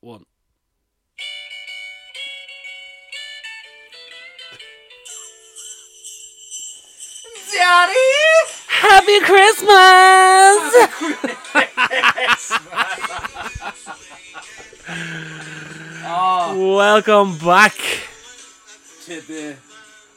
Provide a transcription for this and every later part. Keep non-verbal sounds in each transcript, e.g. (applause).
one. Daddy! Happy Christmas! Oh, Welcome back. to the.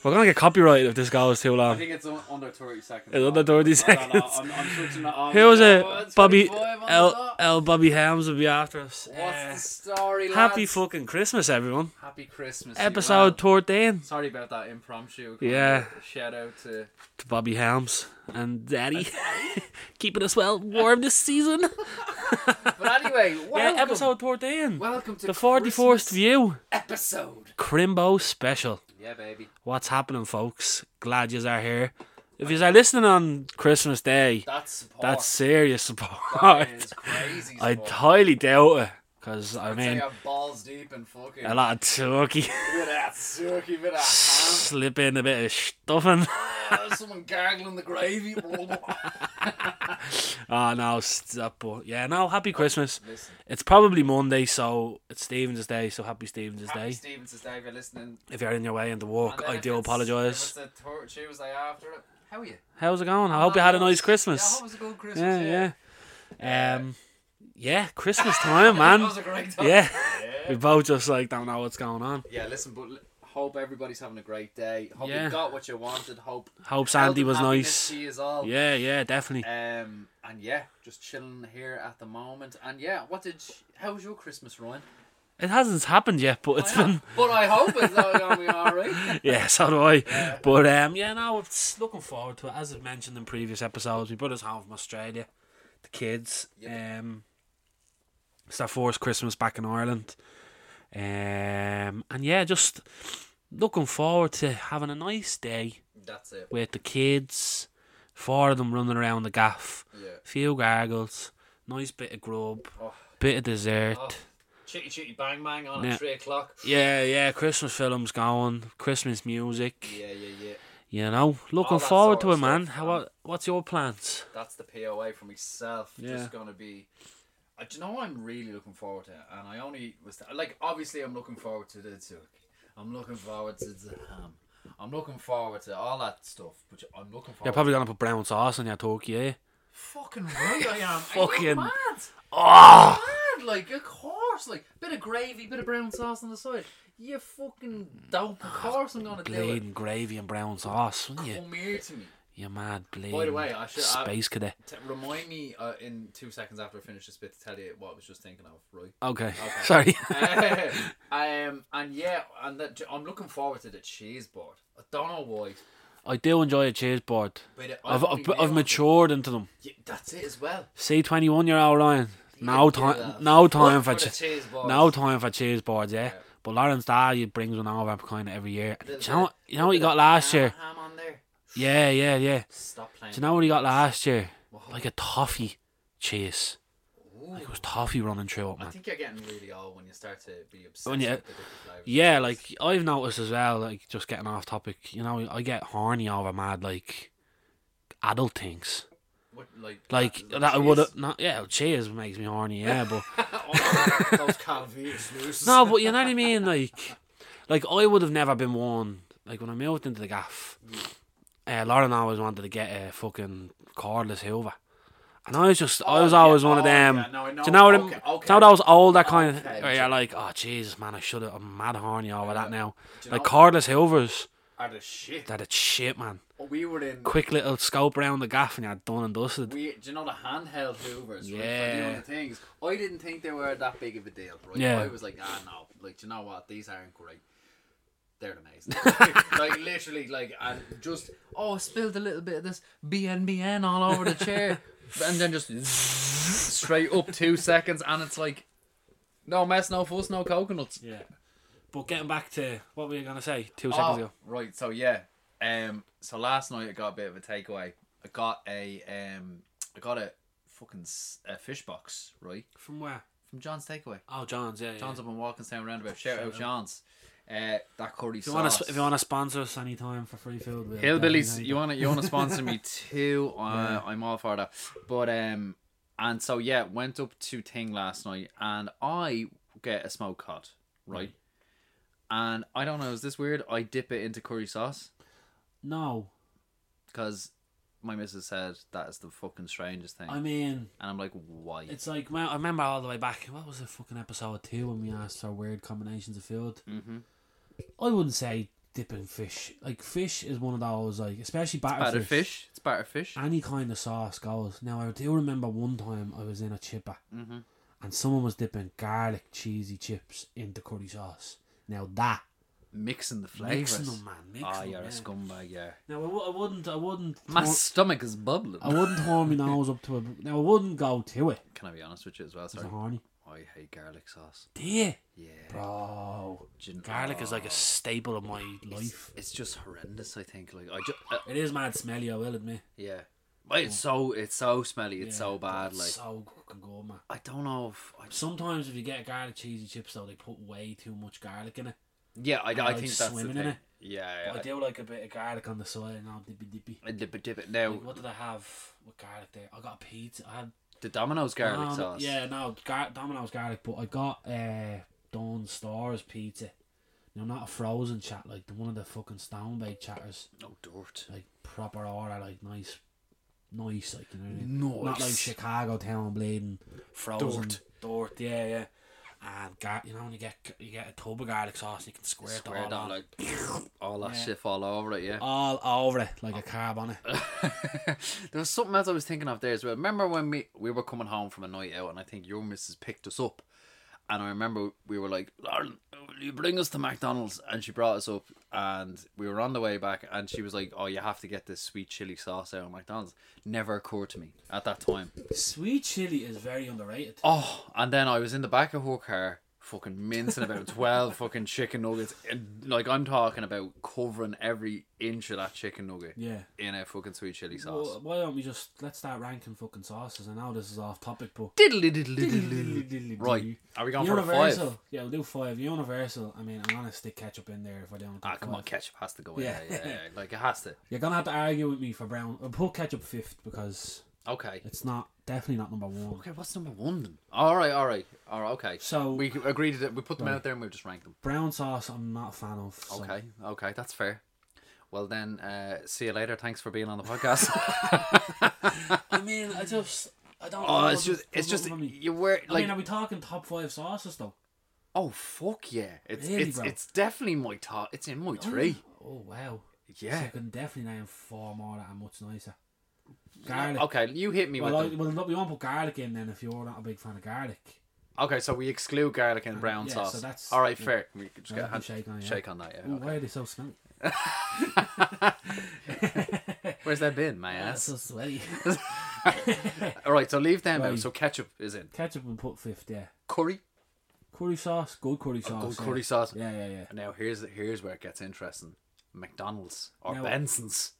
We're gonna get copyrighted if this goes too I long. think it's un- under 30 seconds. It's under I don't 30 know. I don't know. seconds. I'm, I'm switching it on. Here was it. Oh, it's Bobby 25 on L the L Bobby Helms will be after us. dot. What's Uh, the story, happy lads? fucking Christmas, everyone. Happy Christmas. you Episode lad. fourteen Sorry about that impromptu. kind Yeah. of Shout out to. to Bobby Helms and Daddy, (laughs) keeping us well warm (laughs) this season. But anyway, welcome. (laughs) Yeah, episode fourteen, Welcome to the forty fourth Christmas view, episode. Crimbo special. Yeah, baby. What's happening, folks? Glad yous are here. If yous are listening on Christmas Day, That's support. that's serious (laughs) support. that is crazy. I support. highly doubt it, because I I'd say mean, I'm balls deep and fucking. a lot of turkey. (laughs) Bit of that silky, bit of that slip in a bit of stuffing. (laughs) ham. Oh, Someone gargling the gravy. oh no, stop! But yeah, no, happy Christmas. Listen, It's probably Monday, so it's Stevens' day. So happy Stevens' happy day. Stevens is Dave. You're listening. if you're in your way into And work, then I if do it's- apologise. If it's the tor- Tuesday after it, how are you? How's it going? I hope you had a nice Yeah, I Christmas. hope it was a good Christmas. Yeah, yeah. yeah. Um, (laughs) yeah, Christmas time, That man. was a great time. Yeah, we both just like don't know what's going on. Yeah, listen, but l- hope everybody's having a great day. Hope Yeah. you got what you wanted. Hope Hope health Sandy and was happiness nice. to yous all. Yeah, yeah, definitely. Um, and yeah, just chilling here at the moment. And yeah, what did? You, how was your Christmas, Ryan? It hasn't happened yet, but it's I know, (laughs) been. But I hope it's going to be all right. Yeah, so do I. But um, yeah, no, it's looking forward to it. As I've mentioned in previous episodes, we brought us home from Australia, the kids. Um, it's our first Christmas back in Ireland, um, and yeah, just looking forward to having a nice day That's it. with the kids. Four of them running around the gaff, Yeah. few gargles, nice bit of grub, Oh. bit of dessert. Oh. Chitty chitty bang bang on Yeah. at three o'clock. Yeah, yeah, Christmas films going, Christmas music. Yeah, yeah, yeah. You know, looking that forward sort to of it, man. stuff, How man. what- what's your plans? That's the POA for myself. Yeah. Just gonna be. I do you know what I'm really looking forward to, and I only was like obviously I'm looking forward to the turkey. I'm looking forward to the ham. I'm looking forward to all that stuff, but I'm looking forward. You're probably gonna put brown sauce on your turkey, eh? fucking right. I am. Are you Fucking- mad? Oh, Mad, like of course, like bit of gravy, bit of brown sauce on the side. You fucking dope. Of course, I'm gonna do it. bleeding gravy and brown sauce, wouldn't Ah, you? Come here to me. You mad bleeding. way, I should- I- space cadet. T- remind me uh, in two seconds after I finish this bit to tell you what I was just thinking of, (laughs) right? Okay, (laughs) sorry. um, and yeah, and that I'm looking forward to the cheese board. I don't know why, I do enjoy a cheese board. but it- I've I've I've, only I've realised- matured into them. Yeah, that's it as well. See, twenty one year old Ryan. No Yeah, time, that's- no time for, the che- cheese board. no time for cheese boards, yeah. Yeah. But Lawrence Dahl brings one over kind of every year. Do Little you know, bit- you know what he little got bit last ham- year? Ham on there. Yeah, yeah, yeah. Stop playing. Do you know what he got last year? What? Like a toffee chase. Like it was toffee running through it, I man. think you're getting really old when you start to be obsessed When you- with the different flavors. Yeah, like I've noticed as well, like just getting off topic, you know, I get horny over mad like adult things. What, like Like uh, that I would cheese? have not yeah, cheers makes me horny, yeah, but (laughs) Oh, those Calvius nooses. No, but you know what I mean, like like I would have never been one like when I moved into the gaff, uh, Lauren always wanted to get a fucking cordless hoover. And I was just I was Oh, yeah. always one of Oh, yeah. them. No, I Do you know what Okay, I'm okay. Do you know those old that kind of Okay. where you're like, Oh Jesus man, I should have I'm mad horny over that now. Do you Like know- cordless hoovers. are the shit. That it's shit, man. We were in. Quick little scope round the gaff and you're done and dusted. We, do you know the handheld hoovers? Right, for Yeah. doing the things. I didn't think they were that big of a deal. Right? Yeah. I was like, ah, no. Like, do you know what? These aren't great. They're (laughs) amazing. like literally, like and just oh, I spilled a little bit of this BNBN all over the chair, (laughs) and then just (laughs) straight up two seconds, and it's like, no mess, no fuss, no coconuts. Yeah. But getting back to what were you gonna say two Oh, seconds ago? Right, so yeah. Um so last night I got a bit of a takeaway. I got a um I got a fucking s- a fish box, right? From where? From John's takeaway. Oh, John's. Yeah. John's yeah. up in Walkinstown roundabout. Shout out John's. Uh that curry If you want sauce. to, if you want to sponsor us anytime for free food, we'll Hillbillies, definitely- you want to you want to sponsor me (laughs) too? Uh, I'm all for that. But um, and so yeah, went up to Ting last night, and I get a smoked cod, right? And I don't know, is this weird? I dip it into curry sauce No, because my missus said that is the fucking strangest thing. I mean and I'm like, why? it's like man, I remember all the way back. What was it, fucking episode two when we asked our weird combinations of food? mm-hmm. I wouldn't say dipping fish. Like fish is one of those like especially battered Battered fish. It's battered fish. Any kind of sauce goes. Now I do remember one time I was in a chipper Mm-hmm. and someone was dipping garlic cheesy chips into curry sauce. Now that Mixing the flavors. mixing them, man. Mixing Ah, them, you're a yeah. scumbag. Yeah. Now I w- I wouldn't. I wouldn't. My tor- stomach is bubbling. I wouldn't turn my nose up to a. Now I wouldn't go to it. Can I be honest with you as well? It's Sorry. a horny. I hate garlic sauce. Do you? Yeah. Bro, Gin- garlic is like a staple of my life. It's just horrendous. I think. Like I just. Uh, It is mad smelly. I will admit. yeah. But it's so it's so smelly. It's Yeah, so but bad. it's Like so fucking good, man. I don't know if. I, Sometimes if you get garlic cheesy chips though, they put way too much garlic in it. yeah, I, I, like think that's the swimming thing. in it. Yeah. But I yeah do like a bit of garlic on the side and I'll dippy dippy. I, dip it, dip it. Now Like, what did I have with garlic there? I got a pizza. I had the Domino's garlic um, sauce. Yeah, no, gar- Domino's garlic, but I got uh, Dawn Star's pizza. No, not a frozen chat, like the one of the fucking stone baked chatters, No dirt. like proper order, like nice, nice, like you know. What I mean? Nice. Not like Chicago town bleeding frozen Dirt. dirt. yeah, yeah. And gar- you know when you get you get a tub of garlic sauce, and you can square, Square it all, down on, like (laughs) all that Yeah. shit all over it. Yeah. (laughs) all over it Oh. like a carb on it. there was something else I was thinking of there as well. Remember when we we were coming home from a night out, and I think your missus picked us up, and I remember we were like, "Lauren, will you bring us to McDonald's?" And she brought us up, and we were on the way back, and she was like, "Oh, you have to get this sweet chili sauce out of McDonald's." Never occurred to me at that time. Sweet chili is very underrated. Oh, and then I was in the back of her car, fucking mincing about (laughs) twelve fucking chicken nuggets, and like I'm talking about covering every inch of that chicken nugget Yeah. in a fucking sweet chili sauce. Well, why don't we just let's start ranking fucking sauces? I know this is off topic, but Diddly diddly diddly. Right. Are we going for a Universal. five? Yeah, we'll do five. Universal. I mean, I'm gonna stick ketchup in there if I don't. Ah, come on, ketchup has to go in. Yeah, Yeah. yeah, yeah. Like it has to. You're gonna have to argue with me for brown. I'll put ketchup fifth because (laughs) Okay. it's not definitely not number one. Okay, what's number one then? All right, all right, all right. Okay. So We agreed that we put them out there and we just ranked them. brown sauce, I'm not a fan of. so- Okay, okay, that's fair. Well then, uh, see you later. Thanks for being on the (laughs) podcast. I mean, I just I don't. oh, know, it's just, doesn't it's come just up with me. you were I like, mean, are we talking top five sauces though? oh fuck yeah, it's Really, it's bro? it's definitely my top. It's in my three. Oh wow. So Yeah. I can definitely name four more that are much nicer. Garlic. Okay, you hit me Well, I, with them. well, look, we won't put garlic in then if you're not a big fan of garlic. Okay, so we exclude garlic and brown Uh, yeah, so sauce. that's- all right, yeah. fair. We could just get a Well, we hand, can shake on it, yeah. shake on that. Yeah. Ooh, (laughs) okay. Why are they so smelly? Where's that bin, my ass? (laughs) so sweaty. All right, so leave them out. Right. So ketchup is in. Ketchup and put fifth, yeah. Curry, Curry sauce, good curry sauce. Oh, good yeah. curry sauce. Yeah, yeah, yeah. And now here's here's where it gets interesting. McDonald's or Now- Benson's.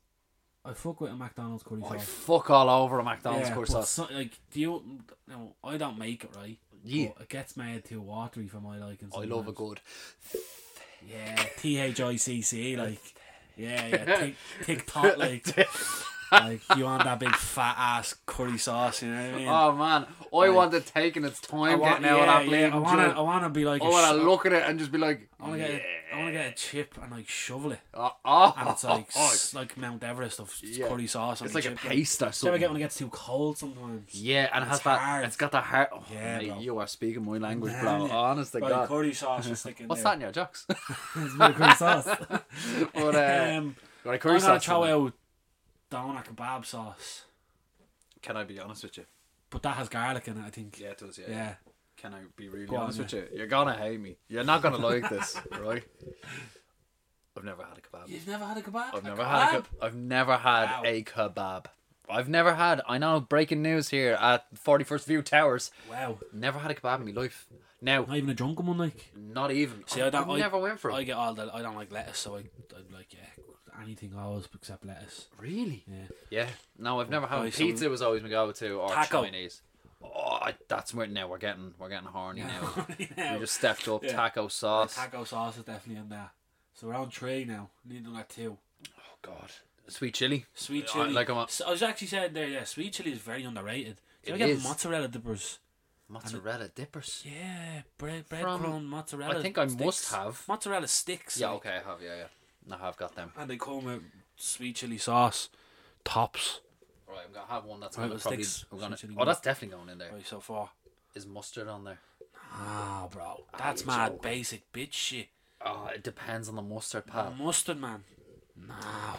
I fuck with a McDonald's curry Oh, I sauce. fuck all over a McDonald's yeah, curry but sauce. So, like, do you? No, I don't make it right. Yeah. but it gets made too watery for my liking. I love a sometimes. good. Yeah, T H I (laughs) C C, like, yeah, yeah, tick, tick tock, like, like you want that big fat ass curry sauce, you know what I mean? Oh man, I want it taking its I time want, getting out yeah, of that yeah, I bleeding want to, joint. I want to be like, I a want sh- to look at it and just be like, I want to get, a, I want to get a chip and like shovel it, oh, oh, and (laughs) it's like, oh, s- like Mount Everest of Yeah. curry sauce. on it's the like a chip, paste or Do you ever something. get when it gets too cold sometimes? yeah, and it has It's that. hard. It's got that heart. Oh, Yeah, mate, bro. you are speaking my language, Yeah, bro. yeah. Honest to Like God. curry sauce is sticking What's that there. in your (laughs) jocks? uh, It's a bit of (laughs) curry sauce. but uh, um, right, curry I'm gonna sauce. throw out doner kebab sauce, Can I be honest with you? but that has garlic in it. I think. Yeah, it does. Yeah. yeah. Can I be really Go on, honest yeah. with you? You're gonna hate me. You're not gonna like this, (laughs) right? I've never had a kebab. You've never had a kebab? I've never had a. kebab? ke- I've never had Wow. a kebab. I've never had. I know breaking news here at Forty First View Towers. Wow. Never had a kebab in my life. Now, Not even a drunken one, like. not even. See, I don't- I've I- never went for it. I get all the. I don't like lettuce, so I, I like yeah, anything always except lettuce. really? Yeah. Yeah. No, I've never had. Buy some- Pizza was always my go-to, or Taco. Chinese. Oh, I- that's where now we're getting we're getting (laughs) horny now. Now, We just stepped up Yeah. taco sauce. taco sauce is definitely in there. So we're on three now. Need another two. Oh God, sweet chili. Sweet I- chili. Uh, like I'm a- So I was actually saying there, yeah, sweet chili is very underrated. So It I get is. mozzarella dippers. Mozzarella dippers. Yeah, bread, From- breadcrumb, mozzarella. I think I sticks. must have. mozzarella sticks. Yeah, like, okay, I have, yeah, yeah. I have got them. And they come with sweet chili sauce, tops. Alright, I'm gonna have one that's Right, gonna let's probably. take s- I'm gonna, some chili oh, that's definitely going in there. Right, so far. Is mustard on there? Ah, bro, that's you're mad joking. basic bitch shit. Oh, it depends on the mustard, Ah, pal. Mustard, man. Nah,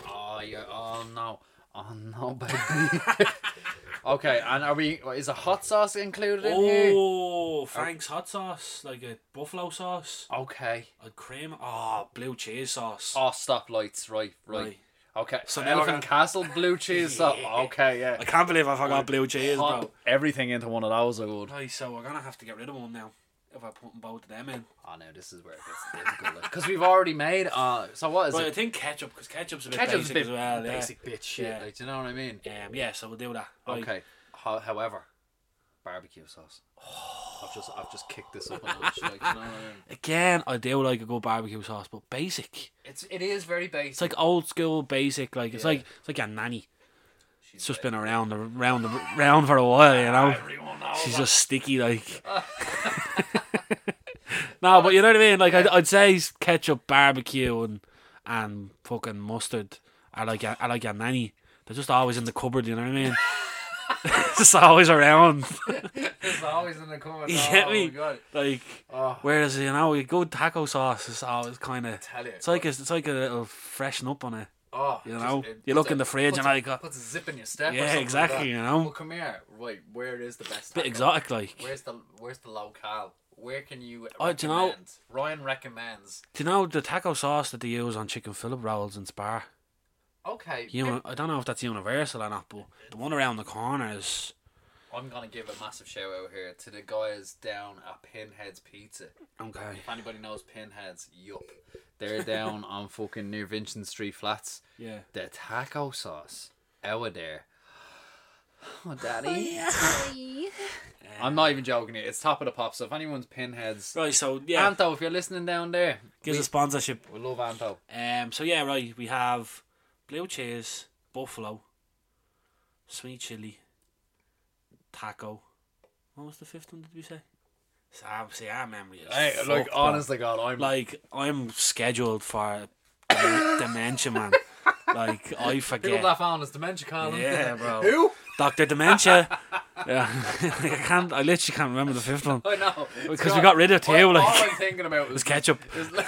Oh, yeah. Oh no. Oh no, baby. (laughs) okay, and are we? Is a hot sauce included in here? Oh, Frank's hot sauce, like a buffalo sauce, Okay. a cream. Oh, blue cheese sauce. Oh, stop lights. Right, right. Right. Okay. So So now we're Elephant Castle blue cheese. (laughs) sauce. Okay, yeah. I can't believe I forgot blue cheese, bro. Pop everything into one of those. I would. Right, so we're gonna have to get rid of one now if I put both of them in. Oh no, this is where it gets difficult. Because we've already made. Uh, so what is But I it? think ketchup, because ketchup's a bit Ketchup's basic a bit as well. yeah. basic bitch shit. Yeah. Like, do you know what I mean? Um, yeah, so we'll do that. Right. Okay. Ho- however, barbecue sauce. I've just I've just kicked this up a notch. Like, you know what I (sighs) mean? Again, I do like a good barbecue sauce, but basic. It's it is very basic. It's like old school basic. Like it's Yeah. like it's like a nanny. It's just been around, around, around for a (laughs) while, you know. Everyone knows She's that. just sticky, like. (laughs) no, but you know what I mean. Like I'd, I'd say s- ketchup, barbecue, and and fucking mustard are like a, are like a nanny. They're just always in the cupboard. You know what I mean? (laughs) just always around. (laughs) It's always in the corner. You oh, get me? my God. Like Oh. whereas you know a good taco sauce is always kind of. Tell you, It's like a, it's like a little freshen up on it. oh, you just- know, it you puts look in a- the fridge puts and a- I go- puts a zip in your step. or Yeah, something like exactly, that. you know? Well, come here. Right, where is the best? Bit taco? exotic, like. Where's the Where's the locale? Where can you? Oh, Oh, do you know- Ryan recommends. Do you know the taco sauce that they use on chicken Philip rolls in Spar? Okay, You know, I don't know if that's universal or not, but the one around the corner is. I'm gonna give a massive shout out here to the guys down at Pinheads Pizza. Okay. If anybody knows Pinheads, yup, they're (laughs) down on fucking near Vincent Street Flats. Yeah. The taco sauce out of there. (sighs) Oh, daddy. (laughs) I'm not even joking. here. It's top of the pop. So if anyone's pinheads, Right, so yeah, Anto, if you're listening down there, gives a sponsorship. we love Anto. Um, so yeah, right, we have blue cheese, buffalo, sweet chili, taco. What was the fifth one? Did we say? So, I- see, our memory is. Hey, fucked, like bro. honestly, God, I'm like, like I'm scheduled for (laughs) dem- dementia, man. Like I people forget. that found us dementia column. Yeah, (laughs) bro. Who? Doctor Dementia. (laughs) Yeah, I can't. I literally can't remember the fifth one I (laughs) know because we got rid of two. All, all Like I'm thinking about was it's ketchup. is (laughs) li-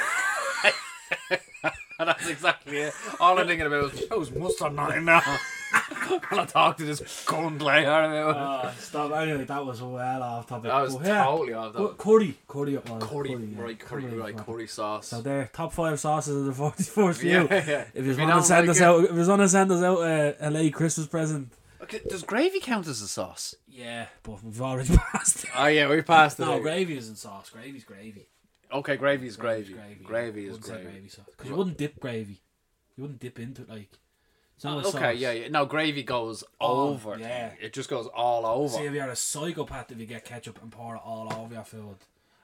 That's exactly it. All I'm thinking about was, how's mustard not in now? (laughs) When I talk to this cunt later. That Oh, stop. Anyway, that was well off topic. was But yeah, totally off cu- that. curry. Curry it was. Curry, yeah. right, curry, Curry, right, man. curry sauce. So there, top five sauces of the 44th Yeah, view. yeah. If you you want to don't send like us it- out, if you want to send us out uh, a LA Christmas present. Okay, does gravy count as a sauce? Yeah, but we've already (laughs) passed. it. Oh yeah, we passed it. No, gravy isn't sauce. Gravy's gravy. Okay, gravy is Gravy's gravy. Gravy is Wouldn't say gravy. gravy sauce. Because you wouldn't dip gravy. You wouldn't dip into it like. It's not a Okay, sauce. yeah, yeah. No, gravy goes Oh, over. yeah. It just goes all over. See if you're a psychopath if you get ketchup and pour it all over your food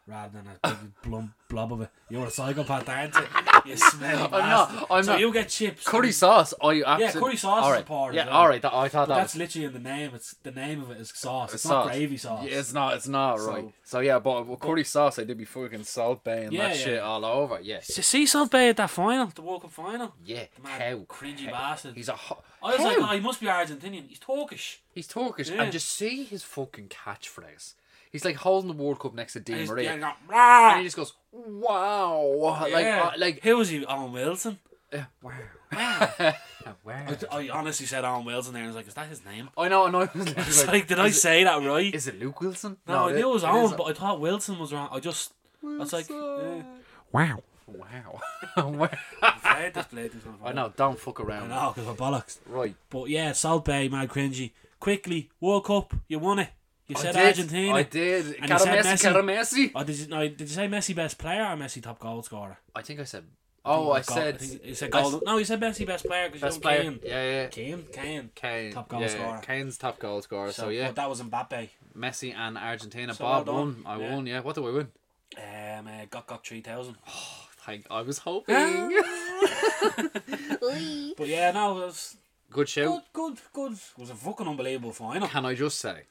rather than a big (laughs) blump blob of it. You're a psychopath, aren't you? You smelly bastard. not, I'm so not. you get chips. curry sauce. Oh, you Yeah, absolutely. curry sauce all is right. a part of Yeah, it. all right. That, I thought But that that's was literally in the name. It's the name of it is sauce. It's sauce. not gravy sauce. Yeah, it's not. It's not right. So yeah, but with curry sauce, they did be fucking salt bay and Yeah, that yeah. shit all over. Yeah, S- See South Bay at that final, the World Cup final. yeah. Man, How cringy how- bastard. He's a hot. I was like, oh, he must be Argentinian. He's Turkish. he's Turkish, Yeah. and just see his fucking catchphrase. He's like holding the World Cup next to Di He's, Maria, yeah, he got, "Rah!" and he just goes, "Wow!" Like, Yeah. uh, like, who was he? Owen Wilson. uh, wow, (laughs) Wow. wow. I, I honestly said Owen Wilson there, and I was like, "Is that his name?" I know, (laughs) I know. (laughs) It's like, did I say that right? Is it Luke Wilson? no, I it- knew it was is Owen, a- but I thought Wilson was wrong. I just, it's like, yeah. Wilson. wow. Wow. (laughs) wow. I had this played this one. I know, don't fuck I around. know, because we're bollocks. Right. But yeah, Salt Bay, mad cringy. Quickly, World Cup, you won it. You said I did. Argentina. I did. he Cara said Messi, Messi. Cara Messi. Oh, did you, no, did you say Messi best player or Messi top goal scorer? I think I said. Oh, I Goal- said. think you said I goal. s- no, you said Messi best player because Best you player. know Kane. Yeah, yeah. Kane, Kane. Kane. Top goal yeah, scorer. Kane's top goal scorer. So, yeah, but that was Mbappe. Messi and Argentina. So Bob well won. done. I Yeah. won. Yeah. What do I win? Um, uh, got got three thousand. Thank. I was hoping. But yeah, no, it was Good show. good, good, good. It was a fucking unbelievable final. Can I just say,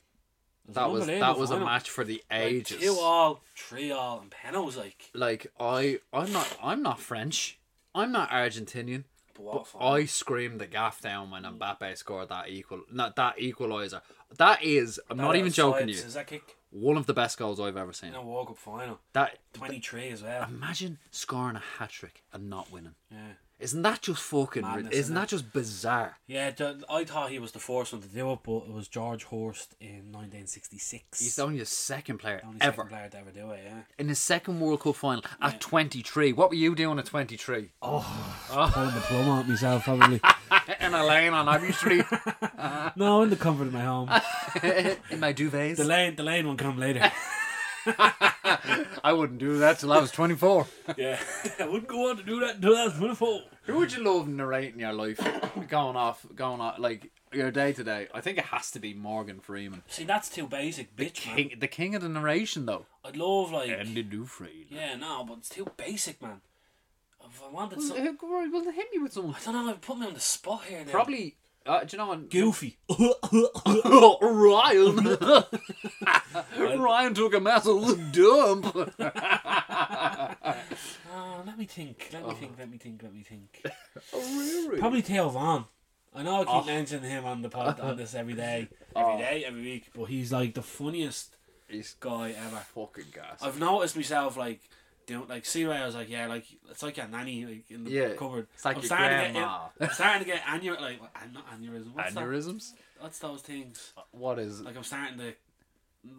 It That an was that unbelievable was a final. match for the ages. Like, two all, three all, and Pena's like, like I I'm not I'm not French. I'm not Argentinian. but what a final. I screamed the gaff down when Mbappe scored that equal not that equalizer. That is I'm not That even joking you. offsides, Is that kick One of the best goals I've ever seen. in a World Cup final? That 23 as well. imagine scoring a hat trick and not winning. Yeah. Isn't that just fucking Madness, isn't isn't that just bizarre? Yeah, Jo- I thought he was the first one to do it, but it was George Horst in 1966. He's only his second player Only ever second player to ever do it, yeah. in his second World Cup final at 23. What were you doing at 23? Oh. Pulling the plum out myself, probably. in a lane on Abbey Street no, in the comfort of my home. (laughs) in my duvets. The lane, the lane one come later. I wouldn't do that till I was 24. yeah, (laughs) I wouldn't go on to do that until I was 24. Who would you love narrating your life? going off, going off, like your day to day. I think it has to be Morgan Freeman. See, that's too basic, bitch, man. King, the king of the narration, though. I'd love, like. Dufresne. Yeah, no, but it's too basic, man. If I wanted Well, who- something. who- well, hit me with someone. I don't know, it put me on the spot here Ah, now. Probably, uh, do you know what? Goofy. (laughs) Ryan! Ryan took a massive dump! Oh, let me think, let me Uh-huh. think, let me think, let me think. (laughs) really? Probably Theo Vaughn. I know I Ah. keep mentioning him on the pod on this every day, every day, every week, but he's like the funniest He's guy ever. fucking gas. I've noticed myself like doing like see where I was like yeah like it's like a nanny like in the Yeah, cupboard. it's like I'm your starting to get- grandma. I'm starting to get aneur like what- an- not aneurysm. What's, That? Aneurysms? What's those things? What is Like I'm starting to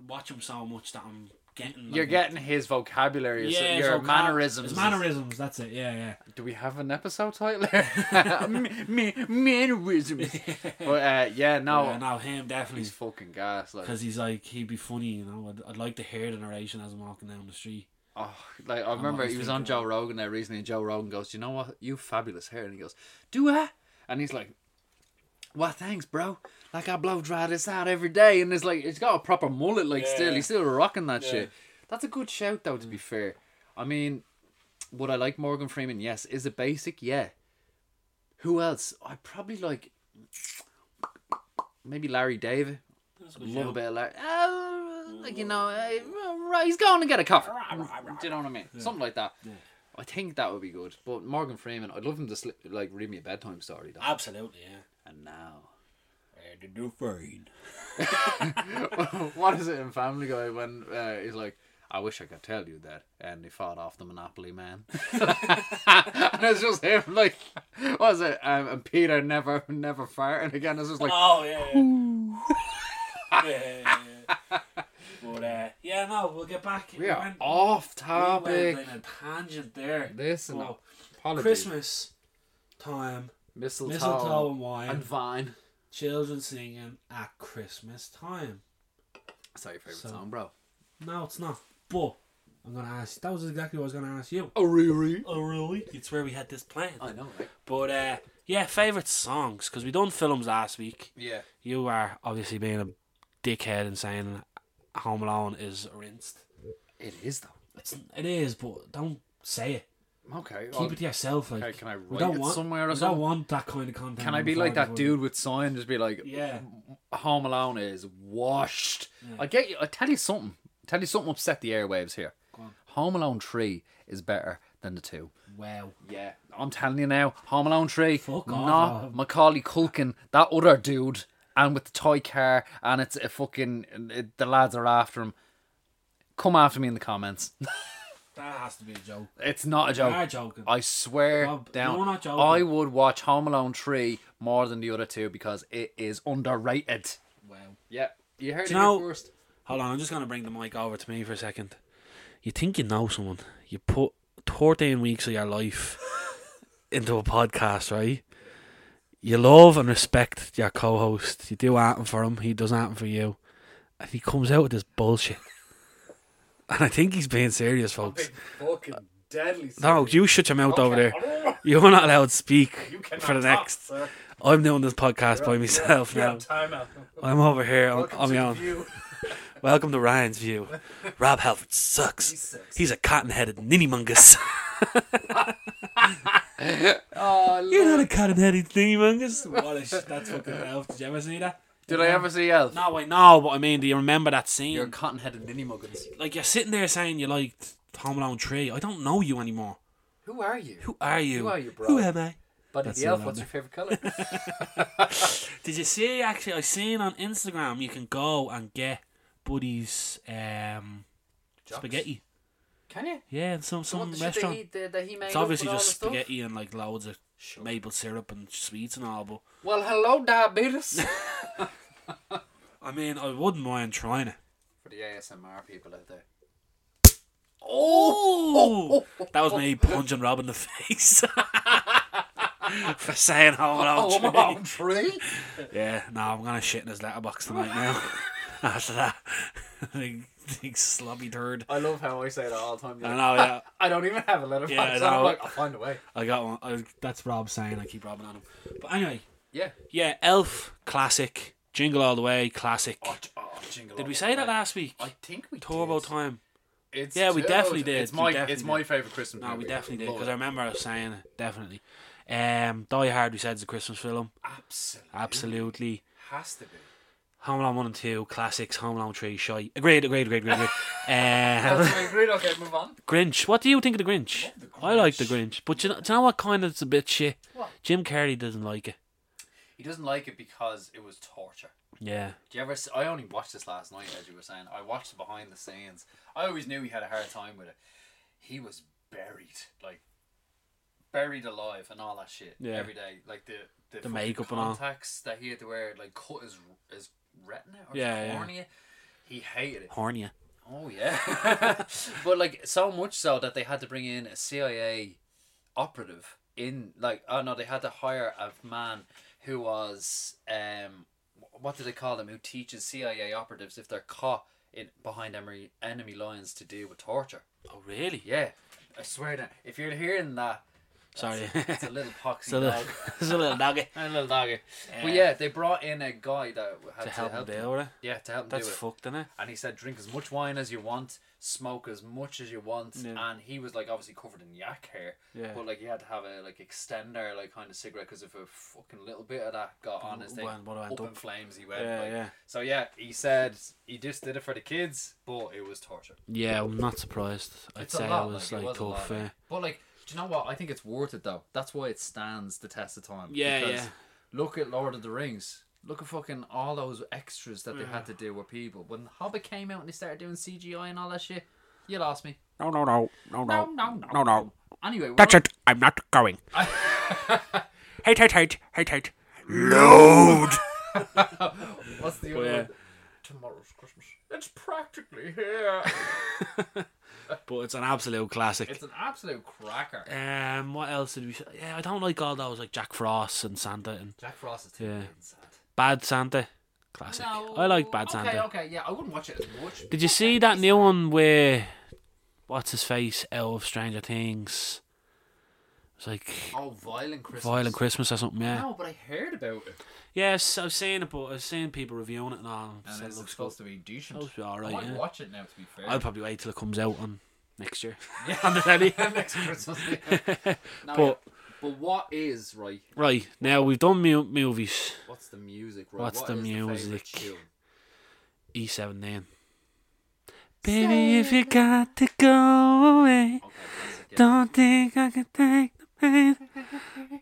watch him so much that I'm getting. Like, You're getting his vocabulary, so yeah, your so car- mannerisms. It's mannerisms. That's it. Yeah, yeah. Do we have an episode (laughs) title? (laughs) me, me, mannerisms. but uh, yeah, no, yeah no, him definitely he's fucking gas. Like, because he's like he'd be funny. You know, I'd, I'd like to hear the narration as I'm walking down the street. oh, like I remember always he was on thinking Joe Rogan there recently, and Joe Rogan goes, "You know what? You have fabulous hair," and he goes, "Do I?" And he's like. Well, thanks, bro. Like I blow dry this out every day, and it's like it's got a proper mullet. Like Yeah, still, yeah. he's still rocking that Yeah. Mm. shit. That's a good shout, though. To be fair, I mean, would I like Morgan Freeman? Yes. Is it basic? Yeah. Who else? I probably like maybe Larry David. That's a A good Mm. little shout. bit of Larry. Uh, like you know, uh, right, he's going to get a cover. Do you know what I mean? Something like that. I think that would be good. But Morgan Freeman, I'd love him to slip, like read me a bedtime story. Though. Absolutely, yeah. And now. (laughs) Ready to do fine. what is it in Family Guy when uh, he's like, I wish I could tell you that, and he fought off the Monopoly man. (laughs) and it's just him, like, what was it? Um, and Peter never, never firing again. It's just like, Oh yeah. (laughs) yeah. yeah, yeah, yeah. But uh, yeah, no, we'll get back. we are went- off we went topic. on a tangent there. Listen, Well, apologies. Christmas time, mistletoe, mistletoe and wine, and vine. children singing at Christmas time. That's not your favorite So- song, bro. No, it's not. But I'm gonna ask. That was exactly what I was gonna ask you. Oh, really? Oh really? It's where we had this planned. I know, right? But uh, yeah, favorite songs because we done films last week. Yeah. You are obviously being a dickhead and saying Home Alone is rinsed. It is though. It's, it is, but don't say it. Okay. Keep it to yourself. Like, okay, can I we write don't it want, somewhere or we something? don't want that kind of content. Can I on be the like that forward. dude with sign? Just be like, Yeah. Home Alone is washed. I get you. I tell you something. I tell you something upset the airwaves here. on. Home Alone three is better than the two. Wow. Yeah, I'm telling you now. Home Alone three, Fuck off, not Rob. Macaulay Culkin, that other dude, and with the toy car, and it's a fucking. It, the lads are after him. Come after me in the comments. (laughs) That has to be a joke. It's not a You are joke. joking. I swear Rob, down. you're not joking. I would watch Home Alone three more than the other two because it is underrated. wow. Yeah, you heard Do you know- Hold on, I'm just gonna bring the mic over to me for a second. You think you know someone? You put 13 weeks of your life (laughs) into a podcast, right? You love and respect your co-host. You do acting for him. He does acting for you, and he comes out with this bullshit. And I think he's being serious, folks. Fucking deadly. No, you shut your mouth (laughs) over there. You're not allowed to speak for the next. I'm doing this podcast by myself now. I'm over here on, on my own. Welcome to Ryan's View. Rob Halford sucks. sucks. He's a cotton headed (laughs) ninnymungus. Oh, (laughs) You're not a cotton headed ninnymungus. What a sh- that's fucking elf. Did you ever see that? Did I ever see Elf? No, I know, but I mean, do you remember that scene? You're cotton headed ninny muggins. like you're sitting there saying you liked Home Alone three. I don't know you anymore. Who are you? Who are you? Who are you, bro? Who am I? Buddy That's the the Elf, one what's there. your favourite colour? Did you see? Actually, I seen on Instagram you can go and get Buddy's um, Jocks. (laughs) spaghetti. Can you? Yeah, in some Some what some the shit restaurant. that he, that, that he made It's up obviously with all just the stuff? spaghetti and like loads of Sure. maple syrup and sweets and all. But Well, hello, (laughs) diabetes. I mean, I wouldn't mind trying it. For the ASMR people out there. Oh, that was me punching Rob in the (laughs) face for saying Home Alone. Oh, I'm three. on (laughs) three. Yeah, no, I'm gonna shit in his letterbox tonight now. After that, (laughs) big, big sloppy turd. I love how I say that all the time. I Like, know. Yeah, (laughs) I don't even have a letterbox. Yeah, I so I'm know. like, I'll find a way. I got one. I, that's Rob saying. I keep robbing on him. But anyway, Yeah. yeah, Elf classic, Jingle All the Way classic. Oh, j- oh, jingle Did all we the say that way. last week? I think we Turbo did. time. It's Yeah, we dude, definitely did. It's We my definitely it's my favorite Christmas No, movie. we definitely did Love because it. I remember us saying it, definitely. Um, Die Hard. We said is a Christmas film. absolutely Absolutely. has (laughs) to be. Home Alone one and two classics. Home Alone three. Shy. Agreed. Agreed. Agreed. (laughs) Agreed. agreed. Um, That's my agreed. Okay, move on. Grinch. What do you think of the Grinch? I, like the Grinch, but you know, do you know what kind of it's a bit shit. What? Jim Carrey doesn't like it. He doesn't like it because it was torture. Yeah, Do you ever? s I I only watched this last night, as you were saying. I watched the behind the scenes. I always knew he had a hard time with it. He was buried, like buried alive, and all that shit Yeah. every day. Like the the, fucking makeup and all. contacts that he had to wear, like cut his his retina or Yeah, his yeah. cornea. He hated it. hornia. Oh yeah, (laughs) but like so much so that they had to bring in a CIA operative in like oh no they had to hire a man who was um wh- what do they call them who teaches CIA operatives if they're caught in behind enemy enemy lines to deal with torture. Oh really? Yeah, I swear that if you're hearing that, Sorry, (laughs) it's a little poxy it's a little, (laughs) dog. it's a little doggy A little doggy. But yeah, they brought in a guy that had to help him deal with it. Yeah, to help him That's do it fucked, isn't it? and he said drink as much wine as you want smoke as much as you want Yeah. and he was like obviously covered in yak hair Yeah. but like he had to have a like extender like kind of cigarette because if a fucking little bit of that got on his thing Went- what went up in up. flames he went Yeah, like- yeah. so yeah he said he just did it for the kids but it was torture Yeah, I'm not surprised. I'd it's say a lot it was like, like, it was a tough. lot, uh, like- but like do you know what I think it's worth it though that's why it stands the test of time Yeah, because yeah. look at Lord of the Rings Look at fucking all those extras that they had Mm. to do with people. When the Hobbit came out and they started doing CGI and all that shit, you lost me. No, no, no, no, No, no, no, no. no, no. Anyway, we're That's on- it. I'm not going. (laughs) hey, tight, tight, hey, tight. Load. What's the yeah. other one? Tomorrow's Christmas. It's practically here. (laughs) But it's an absolute classic. it's an absolute cracker. Um, what else did we? Say? Yeah, I don't like all those like Jack Frost and Santa and Jack Frost is terrible and sad. Bad Santa. Classic. I like Bad Santa. Okay, okay, yeah, I wouldn't watch it as much. Did you see that new one where what's his face out of Stranger Things? It's like Oh, Violent Christmas. Violent Christmas or something. Yeah. No, but I heard about it. Yes, I've seen it, but I've seen people reviewing it and all. And And said it's it looks supposed to be decent. supposed to be all right, I might yeah. watch it now, to be fair. (laughs) (laughs) I'll probably wait till it comes out on next year. (laughs) on the telly. Next Christmas. (laughs) yeah. Now, But- yeah, but what is right? right now we've done mu- movies. What's the music? Right? What's What the is favourite music? tune? E seventeen. Baby, if you got to go Okay, away, classic, yeah. don't think I can take the pain.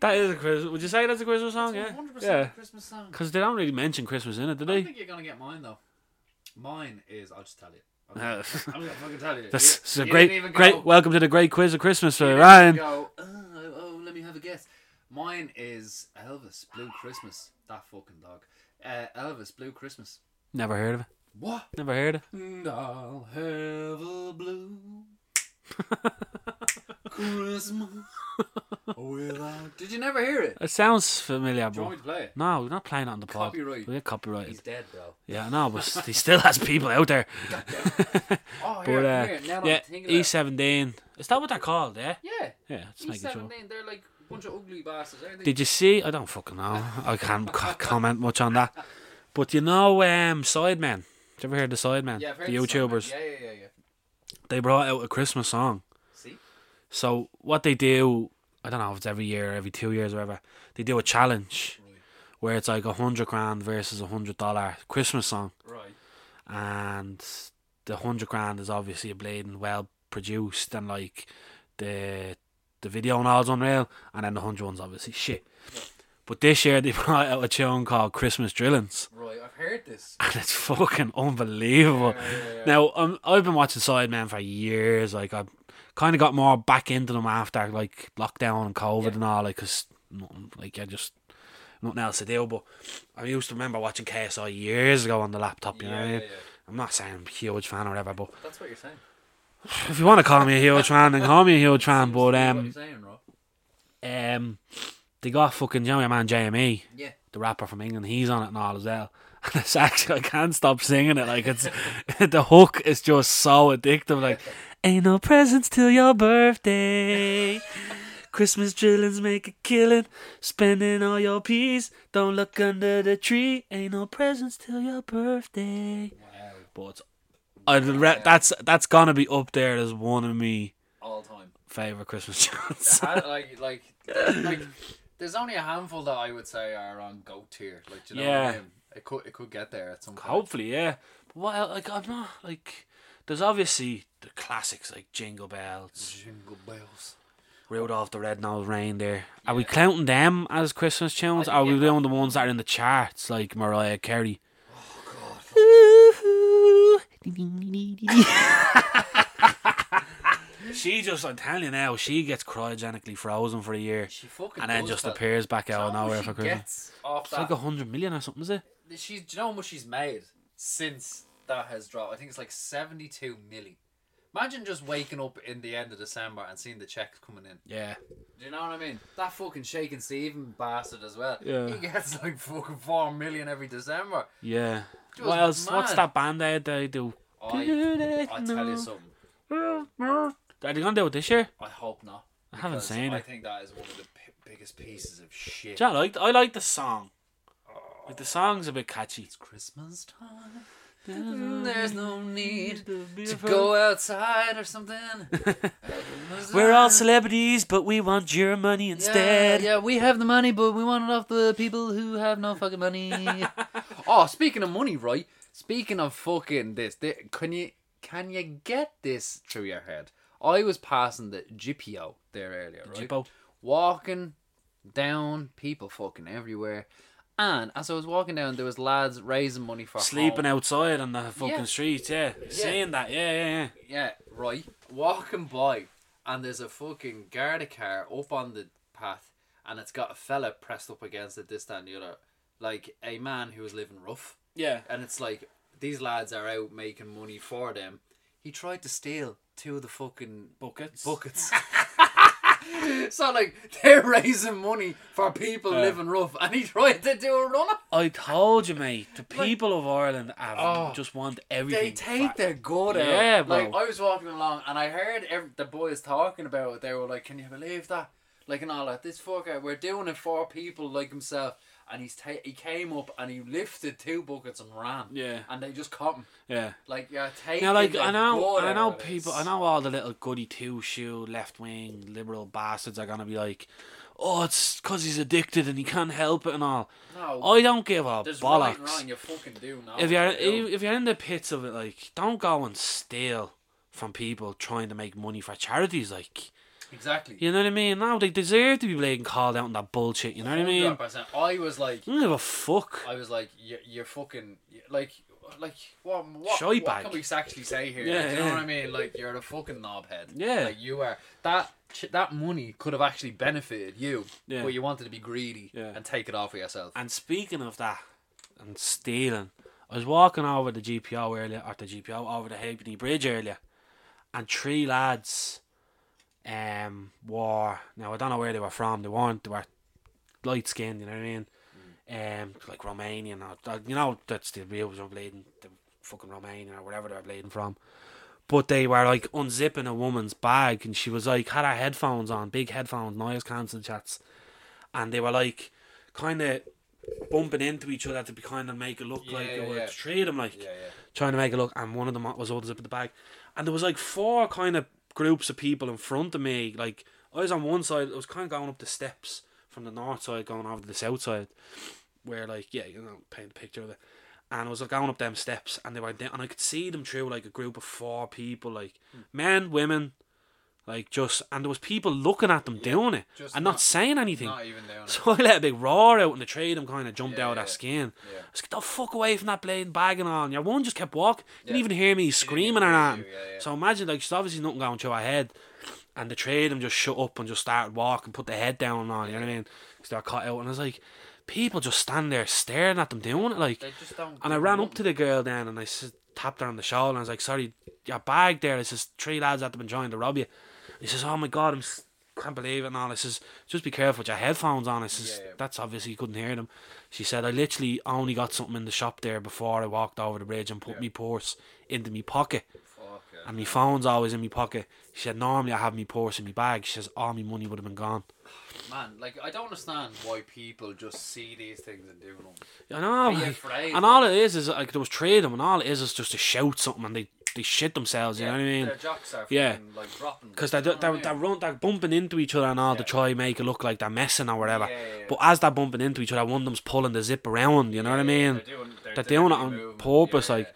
That is a Christmas. Would you say that's a Christmas song? It's Yeah. 100% Yeah. a Christmas song. Because they don't really mention Christmas in it, do I don't they? think you're gonna get mine though. Mine is I'll just tell (laughs) you. I'm Uh, I'm gonna fucking tell you. This You- this is a you didn't even great, great. go- Welcome to the great quiz of Christmas you for didn't Ryan. Go, oh, oh, let me have a guess. Mine is Elvis Blue Christmas. That fucking dog. Uh, Elvis Blue Christmas. Never heard of it. What? Never heard of it. And I'll have a blue Christmas without. Did you never hear it? It sounds familiar, Do you want but me to play it? no, we're not playing it on the pod. Copyright. We're copyrighted. He's dead, (laughs) bro. Yeah, no, but he still has people out there. (laughs) Oh, But here, uh, here. Now that E yeah, I'm thinking of it. E17. Is that what they're called? Yeah. Yeah. Yeah, just He's making sure. 17, they're like a bunch of ugly bastards, aren't they? Did you see? I don't fucking know. I can't (laughs) c- comment much on that. But you know, um, Sidemen. Did you ever hear of the Sidemen? yeah, I've heard the the song, YouTubers. Yeah, yeah, yeah, yeah. They brought out a Christmas song. See? So what they do, I don't know if it's every year, or every two years, or whatever. They do a challenge where it's like a hundred grand versus a hundred dollar Christmas song, Right. and the hundred grand is obviously a bleeding well produced and like the the video and all's unreal, and then the hundred one's obviously shit. But this year they (laughs) brought out a tune called Christmas Drillings, Right. I've heard (laughs) this. and it's fucking unbelievable. Yeah, yeah, yeah. Now, um, I've been watching Sidemen for years. Like, I kind of got more back into them after like lockdown and COVID Yeah. and all. Like, cause nothing, like I just nothing else to do. But I used to remember watching KSI years ago on the laptop. You know, Yeah, what I yeah, mean? yeah. I'm not saying I'm a huge fan or whatever, but That's what you're saying. if you want to call me a huge fan, then call me a (laughs) huge fan. But That's what um, you're saying, Rob. um, they got fucking you know your man E? JME Yeah. the rapper from England, he's on it and all as well. (laughs) And it's actually I can't stop singing it. Like it's (laughs) the hook is just so addictive. Like ain't no presents till your birthday. Christmas drillings make a killing. Spending all your peas. Don't look under the tree. Ain't no presents till your birthday. Wow. But I re- that's that's gonna be up there as one of me All time. favorite Christmas (laughs) tunes. I- like, like, like, there's only a handful that I would say are on goat tier. Like, do you know what Yeah. I mean? It could, it could get there at some point. Hopefully, yeah. But what else? Like I'm not like. There's obviously the classics like Jingle Bells, Jingle bells. Rudolph the Red-Nosed Reindeer. Are we counting them as Christmas tunes? Are we doing the ones that are in the charts like Mariah Carey? Oh (laughs) God. (laughs) she just, I'm telling you now, she gets cryogenically frozen for a year She fucking and then does just that. appears back out of How much nowhere she for Christmas. gets off It's like that. a hundred million or something, is it? she's, do you know how much she's made since that has dropped? I think it's like 72 million. Imagine just waking up in the end of December and seeing the checks coming in. Yeah. Do you know what I mean? That fucking shaking Steven bastard as well. Yeah. He gets like fucking 4 million every December. Yeah. Just What else? What's mad. that band out there? They do. I, I tell you something. Are they gonna do it this year? I hope not. I haven't because seen I it. think that is one of the p- biggest pieces of shit. Do you know, I like I like the song. Like the song's a bit catchy. it's Christmas (laughs) time. There's no need to Beautiful. go outside or (laughs) something. We're all celebrities, but we want your money yeah, instead. yeah, we have the money, but we want it off the people who have no fucking (laughs) money. oh, speaking of money, right? Speaking of fucking this, thi- can you can you get this through your head? I was passing the GPO there earlier, right? Jippo. walking down, people fucking everywhere. And as I was walking down, there was lads raising money for Sleeping home. outside on the fucking Yeah. streets, Oh. yeah. Seeing that, yeah, yeah, yeah. Yeah, right. Walking by, and there's a fucking Garda car up on the path, and it's got a fella pressed up against it, this, that, and the other. Like a man who was living rough. Yeah. And it's like, these lads are out making money for them. He tried to steal two of the fucking Buckets. (laughs) buckets. (laughs) so like they're raising money for people living rough, and he tried to do a runner. I told you, mate, the people of Ireland have just want everything. They take fa- their good out. Yeah, bro. Like I was walking along, and I heard ev the boys talking about it. They were like, "Can you believe that?" Like and all that. This fucker, we're doing it for people like himself. And he's ta- he came up and he lifted two buckets and ran. Yeah. And they just caught him. Yeah. Like yeah, take. Now, like I know, I know people, I know all the little goody two shoe left wing liberal bastards are gonna be like, oh, it's because he's addicted and he can't help it and all. No, I don't give a there's right bollocks. and wrong. You fucking do now. if you're You do. if you're in the pits of it, like, don't go and steal from people trying to make money for charities. Like, exactly. you know what I mean? No, they deserve to be blamed called out on that bullshit. You know what I mean? 100%. I was like, I don't give a fuck. I was like, you're, you're fucking you- like, like what? What, Shite what bag. can we actually say here? Yeah, Like, you know yeah. what I mean? Like you're a fucking knobhead. Yeah. like you are. That ch- that money could have actually benefited you, Yeah. but you wanted to be greedy Yeah. and take it off of yourself. And speaking of that and stealing, I was walking over the GPO earlier, or the GPO over the Halfpenny Bridge earlier, and three lads, um, wore now I don't know where they were from. They weren't. They were light skinned. You know what I mean? Um, like Romanian. Or, or- you know that's the real was bleeding. The fucking Romanian or whatever they were bleeding from. But they were like unzipping a woman's bag, and she was like had her headphones on, big headphones, noise cancelling chats, and they were like kind of bumping into each other to be kind of make it look like yeah, they were yeah. three of them like yeah, yeah. trying to make it look, and one of them was all zipping the bag, and there was like four kind of groups of people in front of me. Like I was on one side, I was kind of going up the steps from the north side, going over to the south side. where like yeah, you know, paint a picture of it. And I was like going up them steps, and they were down, and I could see them through like a group of four people, like Hmm. men, women, like just, and there was people looking at them doing it just and not, not- saying anything. Not even down. (laughs) So I let a big roar out in the tree and kind of jumped out of yeah, that skin. yeah. I was like, get the fuck away from that blade bag and all. And your one just kept walking. Didn't even hear me screaming or even hear anything. you, yeah, yeah. So imagine, like, just obviously nothing going through our head. And the tree of them just shut up and just started walking, put their head down and all, you know what I mean? Because they were caught out. And I was like, people just stand there staring at them doing it. Like, They just don't. and I ran up to the girl then and I s- tapped her on the shoulder and I was like, sorry, your bag there. I says, three lads had been trying to rob you. He says, oh my God, I am can't believe it and all. I says, just be careful with your headphones on. I says, Yeah, yeah. that's obviously you couldn't hear them. She said, I literally only got something in the shop there before I walked over the bridge and put me purse into me pocket. Fuck uh, yeah. And my phone's always in my pocket. She said, normally I have me purse in my bag. She says, all my money would have been gone. Man, like I don't understand why people just see these things and do them. I know. Be like, afraid, and like. all it is is like there was three of them, and all it is is just to shout something, and they they shit themselves. You know what I mean? Their jocks are Yeah. fucking, like rotten. Because they're, You know they're, what I they're, mean? run, they're bumping into each other and all to try and make it look like they're messing or whatever. Yeah, yeah, yeah. But as they're bumping into each other, one of them's pulling the zip around, you know what Yeah, I mean? They're doing, they're They're doing it deliberately on moving. purpose, like,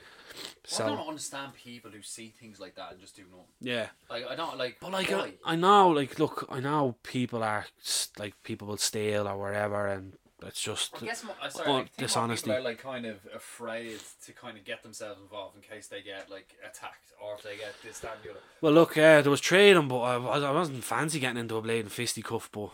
I so, don't understand people who see things like that and just do nothing. yeah. Like I don't like. But like, uh, why? I, I know, like, look, I know people are, s- like, people will steal or whatever, and it's just. I guess mo- uh, sorry, Oh, like, think more dishonesty. People are like kind of afraid to kind of get themselves involved in case they get like attacked or if they get this that and the other. Well, look, uh, there was trading, but I, was, I wasn't fancy getting into a blade and fisticuff, but,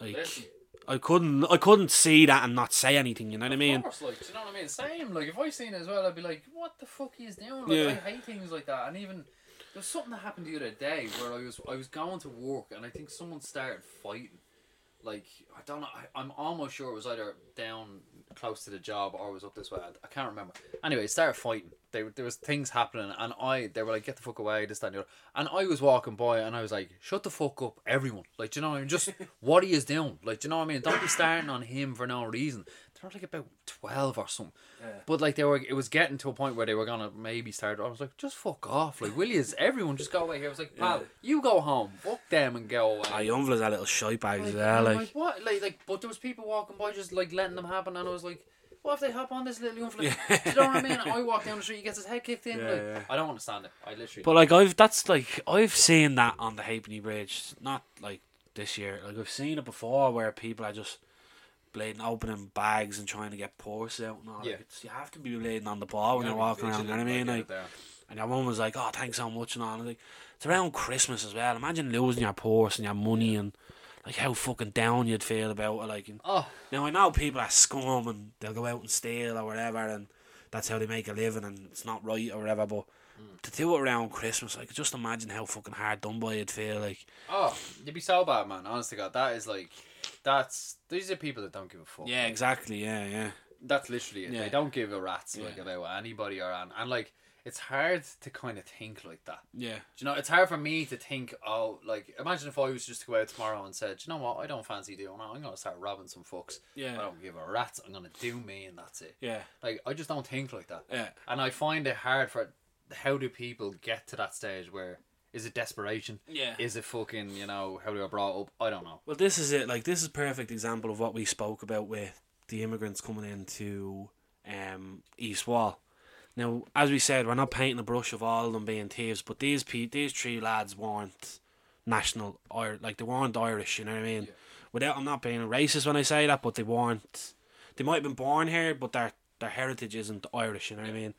like. Listen, I couldn't I couldn't see that and not say anything, you know what I of mean? course, like do you know what I mean. Same. Like if I seen it as well, I'd be like, what the fuck he is doing? Like Yeah. I hate things like that. And even there's something that happened the other day where I was I was going to work and I think someone started fighting. Like I don't know. I, I'm almost sure it was either down close to the job or it was up this way. I, I can't remember. Anyway, it started fighting. They, were- there was things happening, and I they were like, "Get the fuck away!" This, that, and the other. And I was walking by, and I was like, "Shut the fuck up, everyone!" Like, do you know what I mean? Just what he is doing. Like, do you know what I mean? Don't be starting on him for no reason. They're like about twelve or something. But like they were, it was getting to a point where they were gonna maybe start. I was like, "Just fuck off!" Like, will yous, everyone just go away here. I was like, "Pal, you go home. Fuck them and go away." I young fella's a little shy bags Like, there, I'm like, like, what? Like, like, but there was people walking by just like letting them happen, and I was like, what if they hop on this little young fella? Do you know what I mean? I walk down the street, he gets his head kicked in. Yeah, like, yeah. I don't understand it. I literally. But like I've that's like I've seen that on the Halfpenny Bridge, not like this year. Like I've seen it before where people are just blading opening bags and trying to get pores out and all. Like, Yeah. it's, you have to be blading on the ball when you're walking around. You know what I mean? Like, and your mum was like, "Oh, thanks so much," and all. And like, it's around Christmas as well. Imagine losing your purse and your money and like how fucking down you'd feel about it. Like, and oh, now I know people are scum and they'll go out and steal or whatever, and that's how they make a living, and it's not right or whatever. But to do it around Christmas, I could just imagine how fucking hard done by it'd feel like. oh, you'd be so bad, man. Honest to God, that is like, that's these are people that don't give a fuck. Yeah, exactly. Yeah, yeah. That's literally it. Yeah. They don't give a rat's like Yeah. about anybody or an, and like it's hard to kind of think like that. Yeah. Do you know, it's hard for me to think, oh, like, imagine if I was just to go out tomorrow and said, "Do you know what, I don't fancy doing that. I'm going to start robbing some fucks. Yeah. I don't give a rat's. I'm going to do me and that's it. Yeah. Like, I just don't think like that. Yeah. And I find it hard for how do people get to that stage where is it desperation? Yeah. Is it fucking, you know, how they were brought up? I don't know. Well, this is it. Like, this is a perfect example of what we spoke about with the immigrants coming into um, East Wall. Now, as we said, we're not painting a brush of all of them being thieves, but these pe- these three lads weren't national or like they weren't Irish. You know what I mean? Without I'm not being racist when I say that, but they weren't. They might have been born here, but their their heritage isn't Irish. You know what I mean?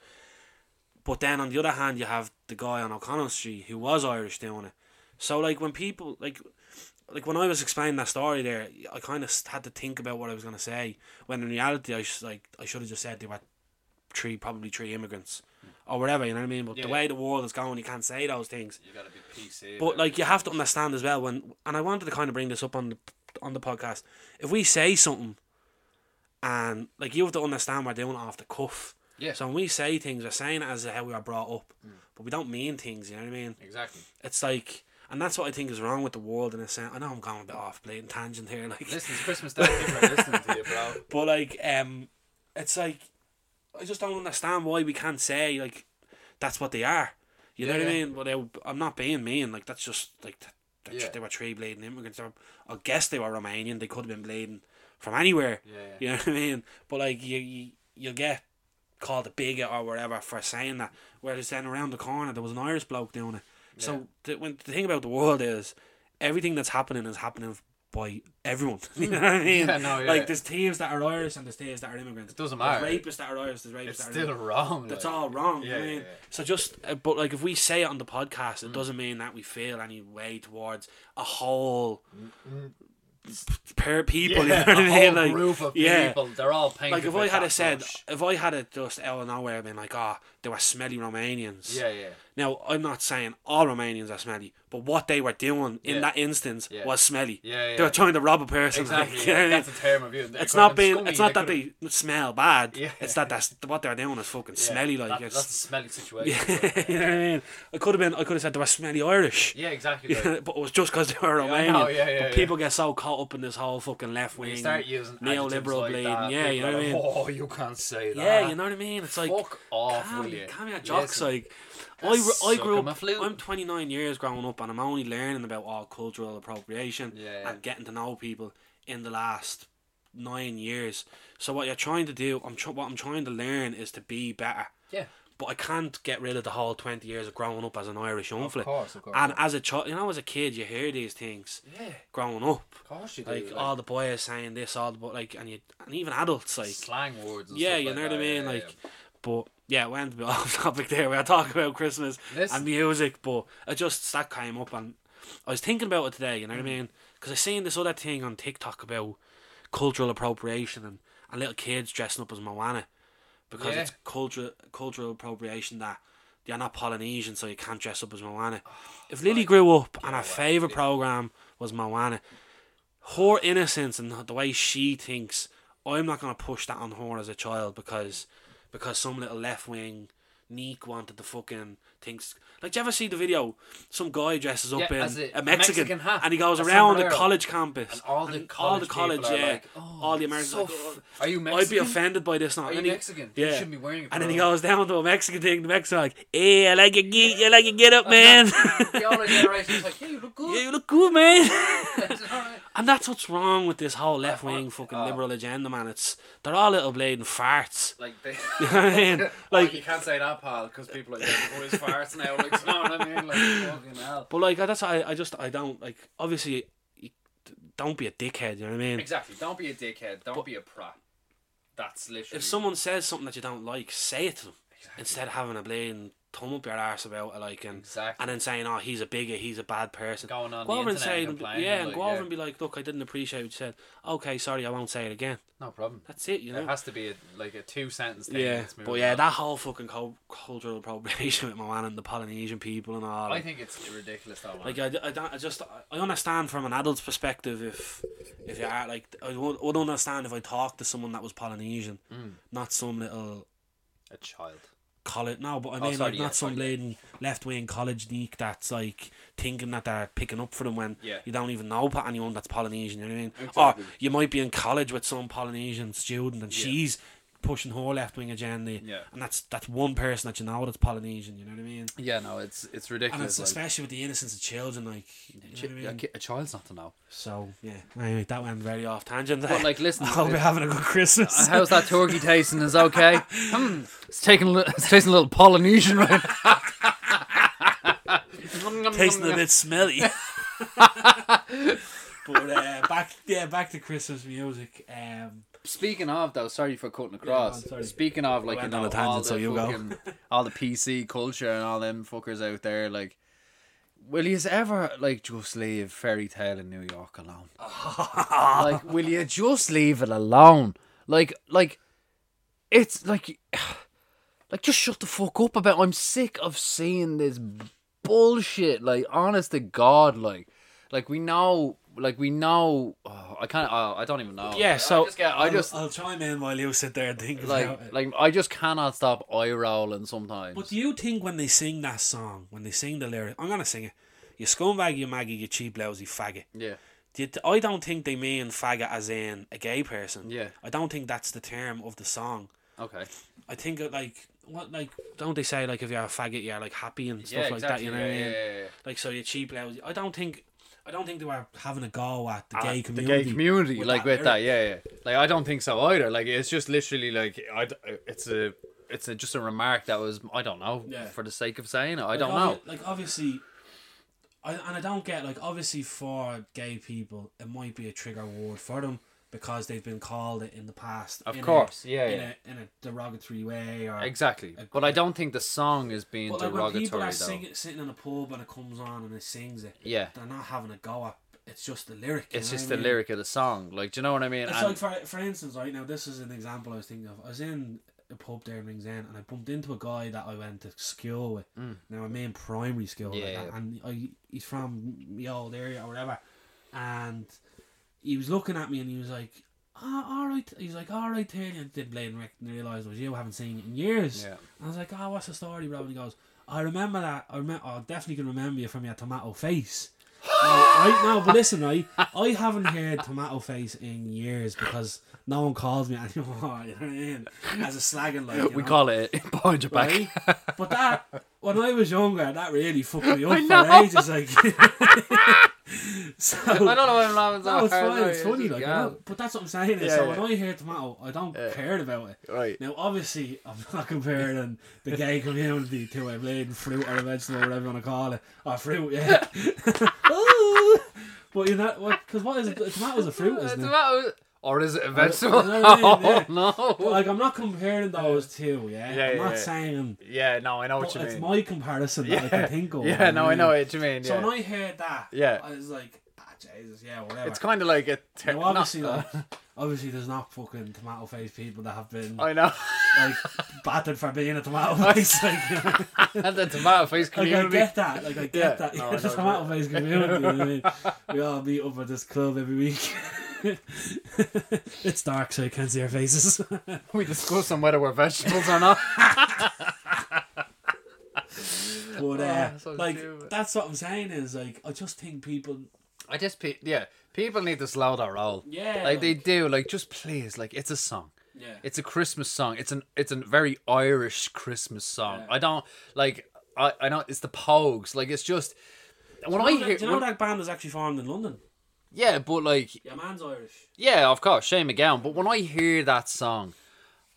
But then on the other hand, you have the guy on O'Connell Street who was Irish doing it. So like when people like like when I was explaining that story there, I kind of had to think about what I was gonna say. When in reality, I sh- like I should have just said they were three, probably three immigrants or whatever. You know what I mean? But Yeah, the yeah. way the world is going, you can't say those things. You got to be PC. But like you have to understand as well when, and I wanted to kind of bring this up on the on the podcast. If we say something, and like you have to understand we're doing it off the cuff. Yeah. Mm. So when we say things, we're saying it as how we were brought up, but we don't mean things. You know what I mean? exactly. It's like, and that's what I think is wrong with the world in a sense. I know I'm going a bit off blatant tangent here, (laughs) like, Listen, it's Christmas Day. People are listening to you, bro. but like, um, it's like, I just don't understand why we can't say like, that's what they are. You know Yeah, what yeah. I mean? But I, I'm not being mean. Like that's just like, th- th- Yeah. they were tree blading immigrants. They were- I guess they were Romanian. They could have been blading from anywhere. Yeah, (laughs) yeah. (laughs) You know what I mean? But like you, you you'll get called a bigot or whatever for saying that. Whereas then around the corner there was an Irish bloke doing it. Yeah. So the, when the thing about the world is everything that's happening is happening by everyone. (laughs) you know what I mean? (laughs) Yeah, no, yeah. Like there's thieves that are Irish and there's thieves that are immigrants. It doesn't There's matter. rapists that are Irish. There's rapists It's that are still wrong. that's like. all (laughs) wrong. you know Yeah, what I yeah, mean? yeah. Mm. So just, uh, but like if we say it on the podcast, it doesn't mean that we feel any way towards a whole p- pair of people. Mm, Yeah, you know what I mean? a whole Like, group of yeah. people. They're all painted. Like if with I had that a said, brush. if I had a just out of nowhere been like, oh, they were smelly Romanians. Yeah, yeah. Now I'm not saying all Romanians are smelly, but what they were doing in Yeah. that instance Yeah. was smelly. Yeah, yeah. They were trying to rob a person. like, (laughs) Exactly. you know yeah, what I mean? that's a term of you. They it's could've been not being. scummy, It's not that could've- they smell bad. Yeah. It's that that's what they're doing is (laughs) fucking yeah, smelly. Like that- it's, that's a smelly situation. (laughs) you know what I mean? I could have been. I could have said they were smelly Irish. Yeah, exactly. like, (laughs) but it was just because they were Yeah, I Romanian. know, yeah, yeah, but yeah. people get so caught up in this whole fucking left when wing you start using adjectives neoliberal like bleeding. that, yeah, you people know what I are mean. like, Oh, you can't say that. yeah, you know what I mean. It's like Fuck off, calm, will you? calm your jocks. Listen, Like I, re- I suck grew on my up. flute. I'm 29 years growing up, and I'm only learning about all cultural appropriation Yeah, yeah. and getting to know people in the last nine years. So what you're trying to do, I'm tr- what I'm trying to learn is to be better Yeah, but I can't get rid of the whole 20 years of growing up as an Irish of unflick. course, of course. And as a child, you know, as a kid, you hear these things yeah, growing up. of course you do. Like, Like, all the boys saying this, all the boy, like, and you, and even adults, like, slang words. And yeah, stuff you like know what I that, mean, yeah, like, yeah. but yeah, it went a bit (laughs) off topic there. We are talking about Christmas Listen. and music, but it just that came up, and I was thinking about it today. You know Mm. what I mean? Because I seen this other thing on TikTok about cultural appropriation and, and little kids dressing up as Moana because Yeah. it's cultural cultural appropriation that you're not Polynesian, so you can't dress up as Moana. Oh, If Lily grew up and her favorite program was Moana, her innocence and the way she thinks, I'm not gonna push that on her as a child because because some little left wing neek wanted to fucking thinks like do you ever see the video some guy dresses up Yeah, in as a- a, a Mexican, Mexican hat, and he goes a around the sombrero. college campus And all the and college people are like, "Oh, all the Americans so are like, "Oh, f- are you I'd be Mexican? offended by this now Are And you then he- Mexican? You shouldn't be wearing a and then he bra." goes down to a Mexican thing. The Mexican like, "Hey, I like your geek. I like your (laughs) get up, man. (laughs) the older generation's like, yeah, you look yeah, good. (laughs) you look good, (laughs) man." (laughs) It's all right. And that's what's wrong with this whole left wing fucking oh. liberal agenda, man. It's they're all little bleeding farts. Like they, (laughs) You know what I (laughs) mean? like Like, you can't say that, pal, because people are like, "Oh, he's farts now." Like, you know what I mean? Like, fucking hell. but like that's I, I just I don't like. Obviously, you- don't be a dickhead. You know what I mean? Exactly. Don't be a dickhead. Don't be a prat. That's literally. If someone says something that you don't like, say it to them instead of having a bleeding thumb up your arse about it, like and Exactly. and then saying, "Oh, he's a bigot. He's a bad person." Going on Go the over and internet say, and it and- complaining, yeah, and like, go over yeah. and be like, "Look, I didn't appreciate what you said. Okay, sorry, I won't say it again." no problem. That's it, you know. It has to be a, like a two sentence thing. Yeah, that's but moving yeah, on. that whole fucking cul- cultural appropriation (laughs) with Moana and the Polynesian people and all. I think it's ridiculous. That one. like I, I, don't- I just I understand from an adult's perspective if if you are like I would, would understand if I talked to someone that was Polynesian, Mm. not some little a child. college. No, but I mean Oh, sorry, like yeah, not some sorry, lady left wing college geek that's like thinking that they're picking up for them when Yeah. you don't even know pa- anyone that's Polynesian. You know what I mean? Exactly. Or you might be in college with some Polynesian student and she's pushing her left wing agenda. Yeah. And that's that's one person that you know that's Polynesian. You know what I mean? Yeah, no, it's it's And it's ridiculous. like, especially with the innocence of children, like you know what I mean? a, ki- a child's not to know. So yeah, anyway, that went very off tangent. There. But like, listen, (laughs) I hope you're it- having a good Christmas. how's that turkey tasting? Is (laughs) okay? Hmm, it's taking a li- it's tasting a little Polynesian (laughs) right. (laughs) Tasting a bit smelly. (laughs) but uh, back yeah, back to Christmas music. Um, Speaking of though, sorry for cutting across. Yeah, I'm sorry. Speaking of like you went on know, a tangent, all, the so you go. fucking, all the PC culture and all them fuckers out there, like will you ever like just leave fairy tale in New York (laughs) alone? like will you just leave it alone? Like like it's like (sighs) like just shut the fuck up about I'm sick of seeing this bullshit. Like honest to God, like like we know like we know (sighs) oh, I can't oh, I don't even know. yeah, I so just get- I I'll- just I'll, chime in while you sit there and think about like it. like I just cannot stop eye rolling sometimes. But do you think when they sing that song, when they sing the lyric, I'm gonna sing it. You scumbag, you maggie, you cheap lousy faggot. yeah. Do you th- I don't think they mean faggot as in a gay person. Yeah. I don't think that's the term of the song. Okay. I think uh, like what like don't they say like if you're a faggot you're like happy and stuff yeah, like exactly. that you know yeah, what I mean? yeah, yeah, yeah. like so you're cheap lousy I don't think I don't think they were having a go at the gay Ah, the community. gay community, like with that, lyric. yeah, yeah. Like I don't think so either. Like it's just literally like I, d- it's a, it's a, just a remark that was I don't know Yeah. for the sake of saying it. I don't Like, oh, know. obvi- Like obviously, I, and I don't get like obviously for gay people it might be a trigger word for them because they've been called it in the past. Of in course, a, yeah, in yeah. a in a derogatory way or Exactly, but I don't think the song is being But like when derogatory people though. are singing, sitting in a pub and it comes on and it sings it, yeah, they're not having a go at. It's just the lyric. you it's know just what the I mean? lyric of the song. Like, do you know what I mean? It's And- like for for instance, right now this is an example I was thinking of. I was in a pub there in Rings End, and I bumped into a guy that I went to school with. Now I'm in primary school, like Mm. Yeah, that, yeah. and I, he's from the old area or whatever, and he was looking at me and he was like, "Ah, all right." He's like, "All right, Terry." And then Blade Rick and realized it was you. I haven't seen you in years. Yeah. And I was like, "Ah, what's the story, bro?" And he goes, "I remember that. I remember. I definitely can remember you from your tomato face." No, I, no, but listen, right? I haven't heard Tomato Face in years because no one calls me (laughs) anymore. You know what I mean? As a slagging like you we know, call it (laughs) behind your back. right? But that when I was younger, that really (laughs) fucked me up for know. ages. Like, (laughs) so (laughs) I don't know why I'm laughing so no, it's hard, fine. like, It's funny, just like, you gone. know, but that's what I'm saying. Is, Yeah, so yeah. when I hear Tomato, I don't care about it. Right. Now, obviously, I'm (laughs) not comparing the gay community to a blade fruit or a vegetable, whatever you want to call it. Or fruit, yeah. (laughs) Ooh. but you know, because what is it? A tomato's a fruit, It's isn't it? Oh, about- Or is it a vegetable? know what I mean, (laughs) Oh, But, no. like, I'm not comparing those two, yeah? Yeah, I'm yeah, not yeah. saying. Yeah, no, I know But what you it's mean. my comparison that I yeah, can think (laughs) of. yeah, you no, what I know mean? what you mean. So Yeah. when I heard that, Yeah. I was like, ah, Jesus, yeah, whatever. it's kind of like a. Ter- now, obviously, no- like, obviously, there's not fucking tomato faced people that have been (laughs) I (laughs) know. like battered for being a tomato (laughs) face. Like, you know? and the tomato face Like I community. get that, like I get Yeah. that. No, I it's (laughs) just know, I'm out of his community. you know what I mean? We all meet up at this club every week. (laughs) it's dark, so you can't see our faces. (laughs) we discuss on whether we're vegetables or not. but uh, Oh, so like stupid. that's what I'm saying is like I just think people. I just, pe- yeah, people need to slow their roll. Yeah, like they like- do. Like just please, like it's a song. Yeah. It's a Christmas song. It's an it's a very Irish Christmas song. Yeah. I don't like. I I know it's the Pogues. Like it's just when Do I you know, hear. that, do you know when- that band was actually formed in London? yeah, but like Yeah, man's Irish. Yeah, of course, Shane McGowan. But when I hear that song,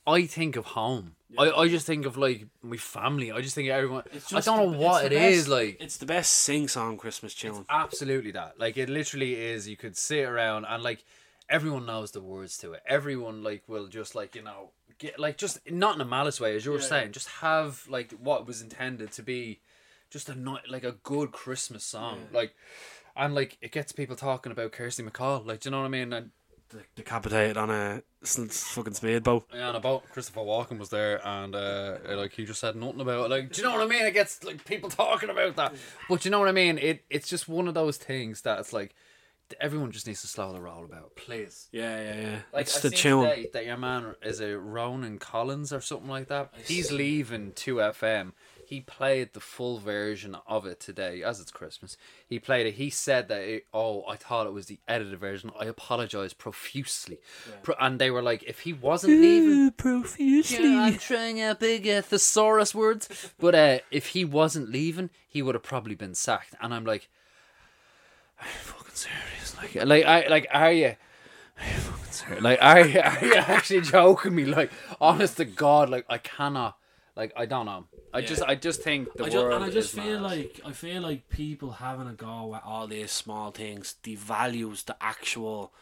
I think of home. I, I just think of like my family. I just think of everyone. I don't know what it is like. It's the best sing-song Christmas tune. Absolutely that. Like it literally is. You could sit around and like everyone knows the words to it. Everyone like will just like you know get like just not in a malice way as you were saying. Just have like what was intended to be just a night like a good Christmas song. Like and like it gets people talking about Kirsty McCall. Like do you know what I mean? And Decapitated on a s- fucking speedboat. Yeah, and about Christopher Walken was there, and uh, like he just said nothing about it. Like, do you know what I mean? It gets like people talking about that, but do you know what I mean? It it's just one of those things that it's like everyone just needs to slow the roll about, please. Yeah, yeah, yeah. Like, it's I the seen tune. today that your man is a Ronan Collins or something like that. He's leaving Two FM. He played the full version of it today, as it's Christmas. He played it. He said that, it, oh, I thought it was the edited version. I apologize profusely, Pro- and they were like, if he wasn't leaving, profusely. yeah, I'm trying out big uh, thesaurus words. But uh, if he wasn't leaving, he would have probably been sacked. And I'm like, are you fucking serious? Like, like, I, like, are you? Are you fucking serious? Like, are you, are you actually (laughs) joking me? Like, honest to God, like, I cannot. Like, I don't know. I just, I just think the I just, world and I just is feel mad. like I feel like people having a go at all these small things devalues the actual,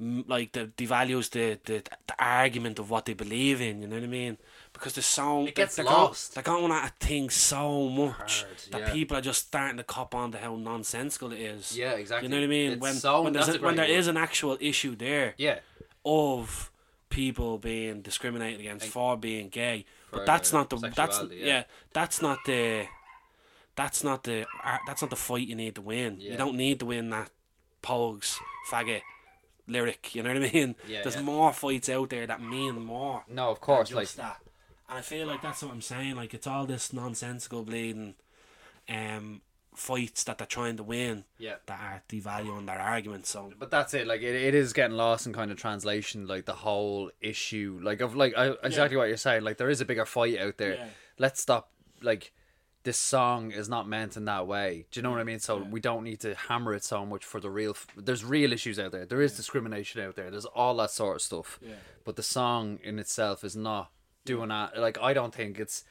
mm, like the devalues the, the the argument of what they believe in. You know what I mean? Because there's so it gets they're, lost. Go, they're going at things so much Hard, that yeah. people are just starting to cop on to how nonsensical it is. Yeah, exactly. You know what I mean? It's when so- when, there's that's a- a when great there word. is an actual issue there yeah, of people being discriminated against for being gay. But that's their not the that's sexuality, yeah. yeah. that's not the that's not the ar- that's not the fight you need to win. Yeah. You don't need to win that pogs faggot lyric. You know what I mean? (laughs) Yeah, There's yeah. more fights out there that mean more. no, of course, Just like, that. And I feel like that's what I'm saying. Like it's all this nonsensical bleeding um fights that they're trying to win yeah. that are devaluing their argument. So but that's it like it, it is getting lost in kind of translation like the whole issue like of like I, exactly what you're saying like there is a bigger fight out there Yeah. let's stop like this song is not meant in that way. Do you know what I mean? So we don't need to hammer it so much for the real. F- There's real issues out there. There is discrimination out there. There's all that sort of stuff. Yeah. But the song in itself is not doing that. Like I don't think it's.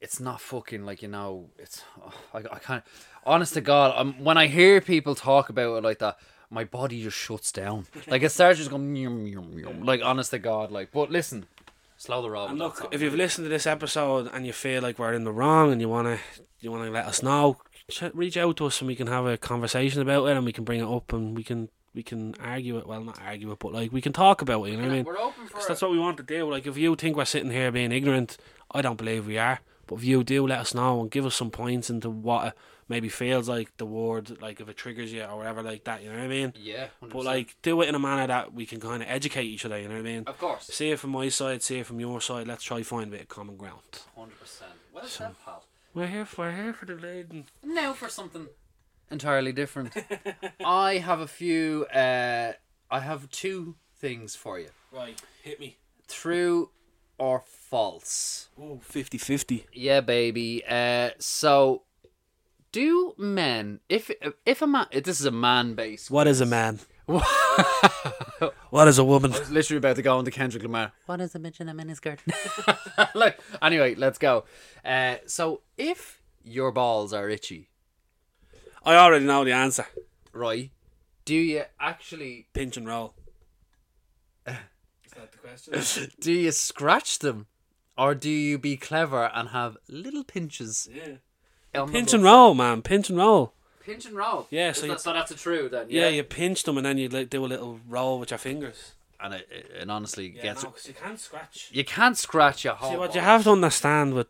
It's not fucking like you know. It's (sighs) oh, I, I can't. Honest to God, um, when I hear people talk about it like that, my body just shuts (laughs) down. Like it starts just going yum, yum, yum. like honest to God, like. But listen, slow the roll. And with that look, song. if you've listened to this episode and you feel like we're in the wrong and you wanna you wanna let us know, ch- reach out to us and we can have a conversation about it and we can bring it up and we can we can argue it. Well, not argue it, but like we can talk about it. You know what I mean? We're open for 'Cause that's what we want to do. Like if you think we're sitting here being ignorant, I don't believe we are. But if you do, let us know and give us some points into what it maybe feels like the word, like if it triggers you or whatever like that. You know what I mean? yeah, 100%. But like do it in a manner that we can kind of educate each other. You know what I mean? of course. See it from my side, see it from your side. Let's try find a bit of common ground. Hundred percent. Well said, pal. We're here for we're here for the laden. Now for something entirely (laughs) different. I have a few. Uh, I have two things for you: Right, hit me. true or false. Ooh, 50-50. Yeah, baby. Uh, so, do men if if a man? This is a man based. What is a man? (laughs) What is a woman? was literally about to go into Kendrick Lamar. What is a bitch in a miniskirt? (laughs) like, anyway, let's go. Uh, so, if your balls are itchy, I already know the answer. right? Do you actually Pinch and roll. is that the (laughs) question? do you scratch them, or do you be clever and have little pinches? yeah. on the Pinch butt? and roll, man. Pinch and roll. pinch and roll. Yeah, Is so that, you- so that's a true then. Yeah, Yeah, you pinch them and then you like, do a little roll with your fingers. and it, it- and honestly Yeah, gets no, 'cause you can't scratch. Oh, you can't scratch your whole. See, what ball. you have to understand with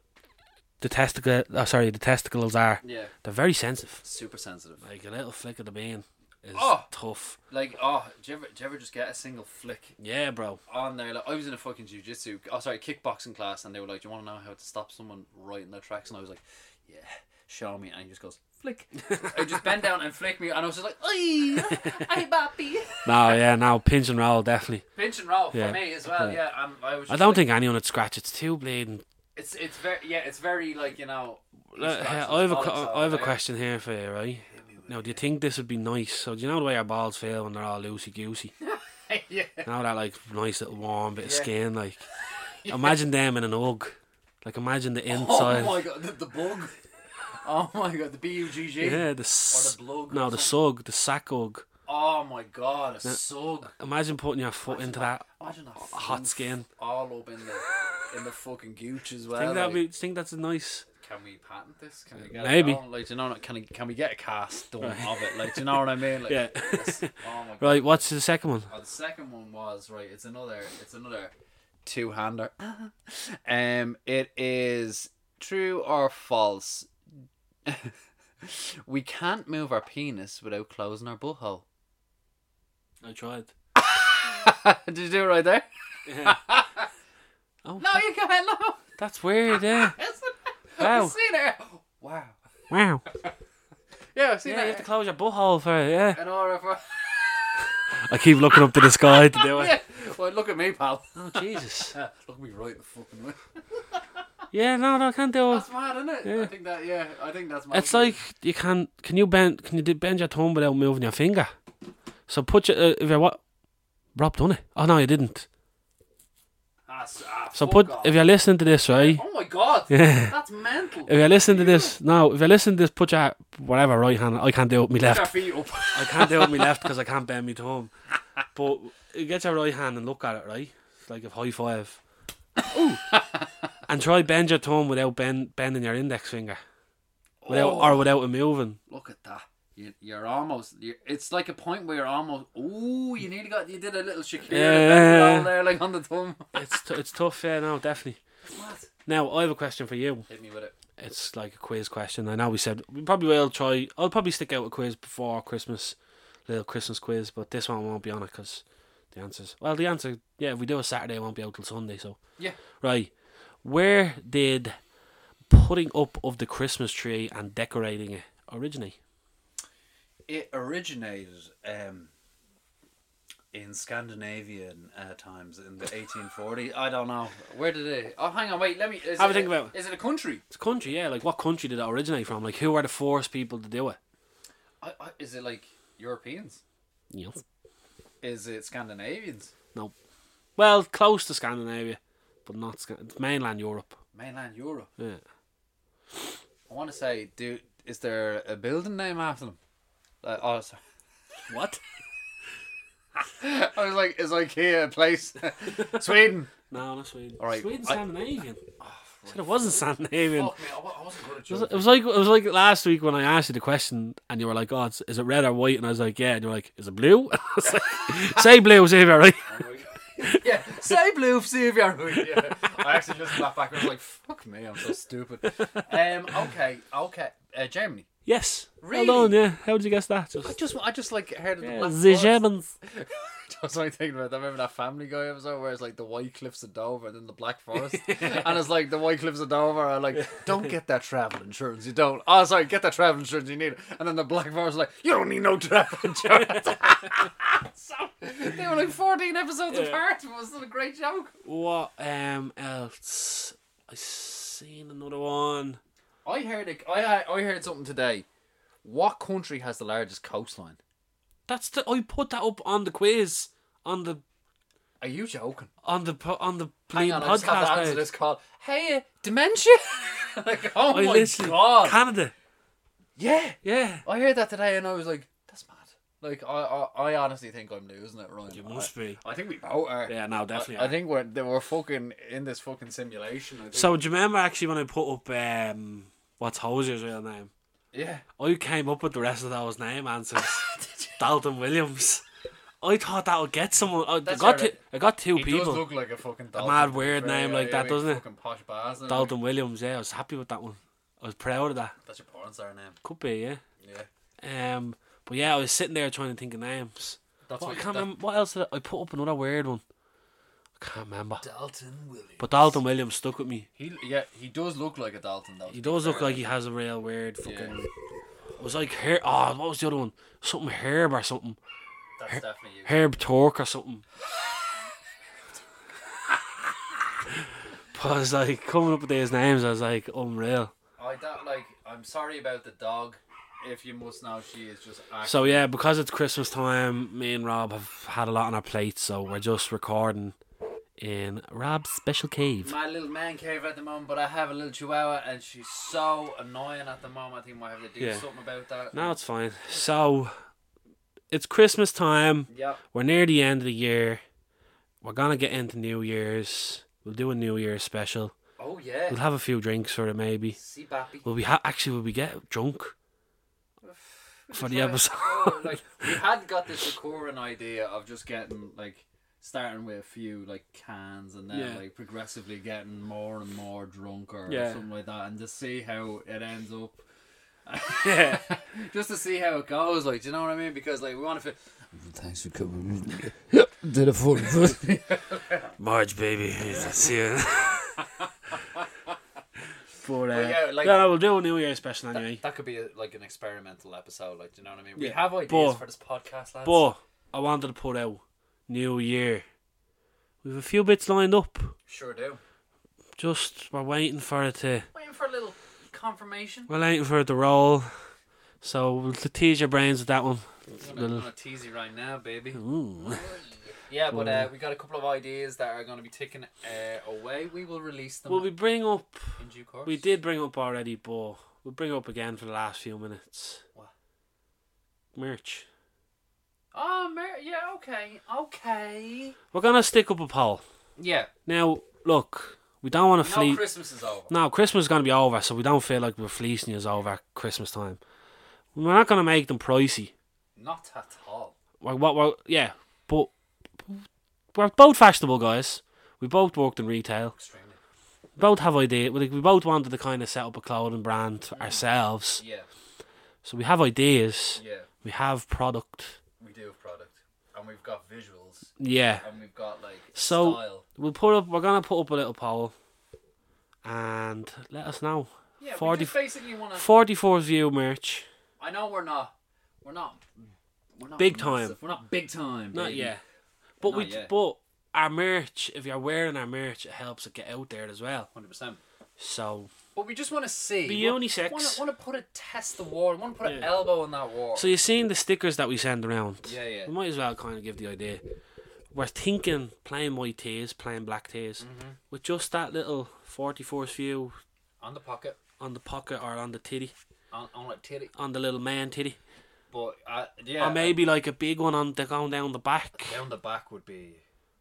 the testicle, oh, sorry, the testicles are Yeah, they're very sensitive. super sensitive. Like a little flick of the bean is Oh. tough. Like, oh, do you, ever, do you ever just get a single flick Yeah, bro. on there? Like, I was in a fucking jujitsu, oh sorry, kickboxing class, and they were like, "Do you want to know how to stop someone right in their tracks?" And I was like, "Yeah, show me." And he just goes, "Flick." I just bend down and flick me, and I was just like, "Oi, (laughs) I bappy." No, yeah, no, pinch and roll definitely. Pinch and roll Yeah. for me as well. Yeah, I'm, I was. I just don't like- think anyone would scratch. It's too bleeding. it's it's very yeah, it's very like you know. Uh, I have a que- I have a question here for you, right? Now, do you think this would be nice? So, do you know the way our balls feel when they're all loosey goosey? (laughs) yeah, now that like nice little warm bit of skin, (laughs) like imagine them in an UGG. Like imagine the inside. Oh my god, the, the bug. (laughs) Oh my god, the B U G G. yeah, the s- blug or no, the sug, the sack UGG. Oh my god, a sug. Imagine putting your foot into that Imagine that fucking hot skin. all up in the in the fucking gooch as well. (laughs) Think that like, be? Think that's a nice? can we patent this? Can we get Maybe. It done? Like, do you know, can we, can we get a cast done of it? Like, do you know what I mean? Like, (laughs) Yeah. it's- (laughs) Oh my god. Right. What's the second one? Oh, the second one was right. It's another. It's another two-hander. (laughs) um, it is true or false. (laughs) we can't move our penis without closing our butthole. (laughs) I tried. Did you do it right there? Oh, No, you can't. No, that's weird. Yeah. Isn't it? Wow. I've seen it. (laughs) Wow. Wow. Yeah, I've seen Yeah, you have that. to close your butthole for it, yeah. In order (laughs) for. I keep looking up to the sky to do it. Yeah. (laughs) Well, look at me, pal. (laughs) (laughs) Uh, Oh, Jesus. look at me right in the fucking way. Yeah, no, no, I can't do it. That's mad, isn't it? Yeah. I think that. Yeah, I think that's mad. It's like you can can you bend can you do- bend your thumb without moving your finger? So put your uh, if you're what Rob done it. Oh no, you didn't. Ah, s- ah, So fuck put off. if you're listening to this, right? Oh my god. (laughs) Yeah. That's mental. If you're listening to this, no. If you're listening to this, put your whatever right hand. I can't do it with my Put our left. feet up. (laughs) I can't do it with my left because I can't bend my thumb. But you get your right hand and look at it, right? It's like a high five. Ooh. and try bend your thumb without bend, bending your index finger, without or without it moving. Look at that. You, you're almost. You're, it's like a point where you're almost. Ooh, you nearly got. You did a little Shakira Yeah. down there, like on the thumb. It's t- it's tough, yeah. No, definitely. What? Now I have a question for you. Hit me with it. It's like a quiz question. I know we said we probably will try. I'll probably stick out a quiz before Christmas, little Christmas quiz. But this one won't be on it because the answers. Well, the answer, yeah. If we do a Saturday, it won't be out till Sunday. So Yeah. Right. Where did putting up of the Christmas tree and decorating it originate? It originated. Um, in Scandinavian uh, times in the 1840s. I don't know. Where did it? Oh, hang on, wait. Let me. Is Have a it, think about it. Is it a country? It's country, yeah. Like, what country did it originate from? Like, who were the first people to do it? I, I, is it like Europeans? You know? Is it Scandinavians? No. Well, close to Scandinavia, but not Sc- it's mainland Europe. Mainland Europe. Yeah. I want to say, do is there a building name after them? Like, oh, sorry. (laughs) What? I was like, is IKEA a place? (laughs) Sweden. No, not Sweden. All right, Sweden's I- (sighs) Oh, Scandinavian. Said it wasn't Scandinavian. Fuck me, I wa- I wasn't good at It was, you. it was like it was like last week when I asked you the question and you were like, "Oh, it's, is it red or white?" And I was like, "Yeah." And you're like, "Is it blue?" (laughs) I (laughs) was like, Say blue, say you're right. yeah, Say blue, see if you're right. Yeah. I actually listened to that back and I was like, fuck me, I'm so stupid. Um, okay, okay. Uh, Germany. Yes. Really? Well done. Yeah. How did you guess that? I Just, just, I just like heard of the yeah, Black the Forest. Germans. That's what I think about. that. Remember that Family Guy episode where it's like the White Cliffs of Dover and then the Black Forest, and it's like the White Cliffs of Dover are like, don't get that travel insurance. You don't. Oh, sorry, get that travel insurance. You need it. And then the Black Forest is like, you don't need no travel (laughs) insurance. so, they were like fourteen episodes apart. It was a great joke. What um else? I seen another one. I heard it. I I heard something today. What country has the largest coastline? That's the I put that up on the quiz on the Are you joking? on the po- on the Hang Bleeding on, I just have to podcast answer page. this call. Hey, uh, dementia. (laughs) like, oh I my literally- god. Canada. yeah. Yeah. I heard that today and I was like, that's mad. Like, I, I, I honestly think I'm losing it, Ryan. You must I, be. I think we both are. Yeah. No, definitely. I think we're, they were fucking in this fucking simulation. I think. so do you remember actually when I put up um what's Hosier's real name? (laughs) yeah. I came up with the rest of those name answers. (laughs) Dalton Williams. I thought that would get someone. I That's got all two, right. I got two He people. does look like a fucking Dalton, mad to be weird fair. name Yeah, like yeah, that, big doesn't it? Fucking posh bastard. Dalton Williams. Yeah, I was happy with that one. I was proud of that. That's your porn star name. Could be, Yeah. yeah. Um, but yeah, I was sitting there trying to think of names. That's what What, I you- can't that- remember. What else did I, I put up? Another weird one. I can't remember. Dalton Williams. But Dalton Williams stuck with me. He, yeah, he does look like a Dalton, though. He does look like he has a real weird fucking. Yeah. It was like her. Oh, what was the other one? Something herb or something. That's definitely you. Herb Torque or something. but I was like coming up with these names. I was like unreal. (laughs) I that like I'm sorry about the dog. If you must know, she is just act- So yeah, because it's Christmas time, me and Rob have had a lot on our plate, so we're just recording in Rob's special cave. my little man cave at the moment. But I have a little chihuahua, and she's so annoying at the moment. I think I might have to do Yeah. something about that. No, it's fine. So it's Christmas time. Yep. We're near the end of the year. We're gonna get into New Year's. We'll do a New Year's special. Oh yeah. We'll have a few drinks for it, maybe. See, Bappy. Will we ha- actually will we (sighs) get drunk for the Try- (laughs) episode? Oh, like we had got this recurring idea of just getting like starting with a few like cans and then Yeah. like progressively getting more and more drunk or Yeah. something like that, and to see how it ends up. (laughs) yeah. just to see how it goes. Like, do you know what I mean? Because like we want to feel. Thanks for coming. Did a full. (laughs) Marge, baby. See you. (laughs) but, uh, yeah, like- no, no, we'll do a New Year special anyway. That could be a, like an experimental episode. Like, do you know what I mean? We Yeah. have ideas But- for this podcast, lads. but I wanted to put out New Year. We've a few bits lined up. sure do. Just we're waiting for it to Waiting for a little confirmation. we're waiting for it to roll. So we'll t- tease your brains with that one. Mm. I'm gonna, I'm Little, gonna tease you right now, baby. (laughs) ooh. Yeah, but uh, we got a couple of ideas that are gonna be taken uh, away. We will release them Well, we bring up in due course. we did bring up already, but we'll bring up again for the last few minutes. What? Merch. Oh, Mer- yeah. Okay. Okay. We're gonna stick up a poll. Yeah. Now, look, we don't want to Now fleece. Christmas is over. now Christmas is going to be over, so we don't feel like we're fleecing you over Christmas time. We're not going to make them pricey. Not at all. Like what? Well, yeah, but we're both fashionable guys. We both worked in retail. Extremely. We both have idea. Like we both wanted to kind of set up a clothing brand Mm. ourselves. Yeah. So we have ideas. Yeah. We have product. We do have product, and we've got visuals, Yeah. and we've got like So- style. We'll put up. We're gonna put up a little poll, and let us know. Yeah, we 40 just basically want to. Forty-four view merch. I know we're not, we're not, we're not Big massive. time. We're not big time. Not baby. yet. But Not we yet. but our merch, if you're wearing our merch, it helps it get out there as well. Hundred percent. So But we just want to see. Be unisex. Want to, want to put a test the wall. Want to put an Yeah. elbow in that wall. so you've seen the stickers that we send around. Yeah, yeah. We might as well kind of give the idea. We're thinking plain white tees, plain black tees, Mm-hmm. with just that little 44's view on the pocket, on the pocket or on the titty, on, on like titty. on the little man titty, But uh, yeah, or maybe like a big one on the going down the back. down the back would be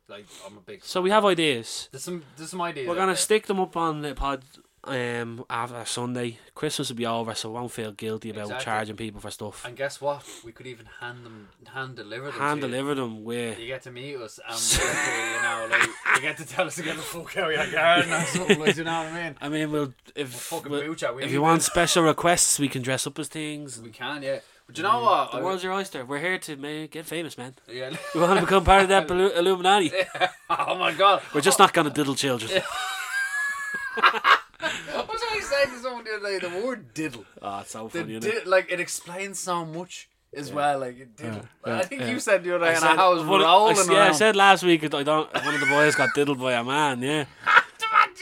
like I'm a big. So we have ideas. There's some there's some ideas. We're out gonna there. stick them up on the pod um after Sunday. Christmas will be over, so I won't feel guilty about Exactly. charging people for stuff. And guess what? We could even hand them, hand deliver them. Hand to you. deliver them with You get to meet us, (laughs) and we get to, you know, like, you get to tell us to get the fuck out of your garden. That's what, like, you know what (laughs) I mean? I mean, we'll if Fucking we'll- booch out. if you want special requests, we can dress up as things. we and- can, yeah. But you know what? The I- world's your oyster. We're here to make, get famous, man. yeah. (laughs) We want to become part of that Illu- Illuminati. oh my god! We're just not gonna diddle children. What was I saying to someone the other day? The word diddle. Ah, it's so The funny. isn't it? did, like it explains so much as well. Like it diddle. I think yeah. you said the other day, and said- I was one of- rolling I, s- yeah, I around. said last week. that I don't. One of the boys got diddled by a man. Yeah.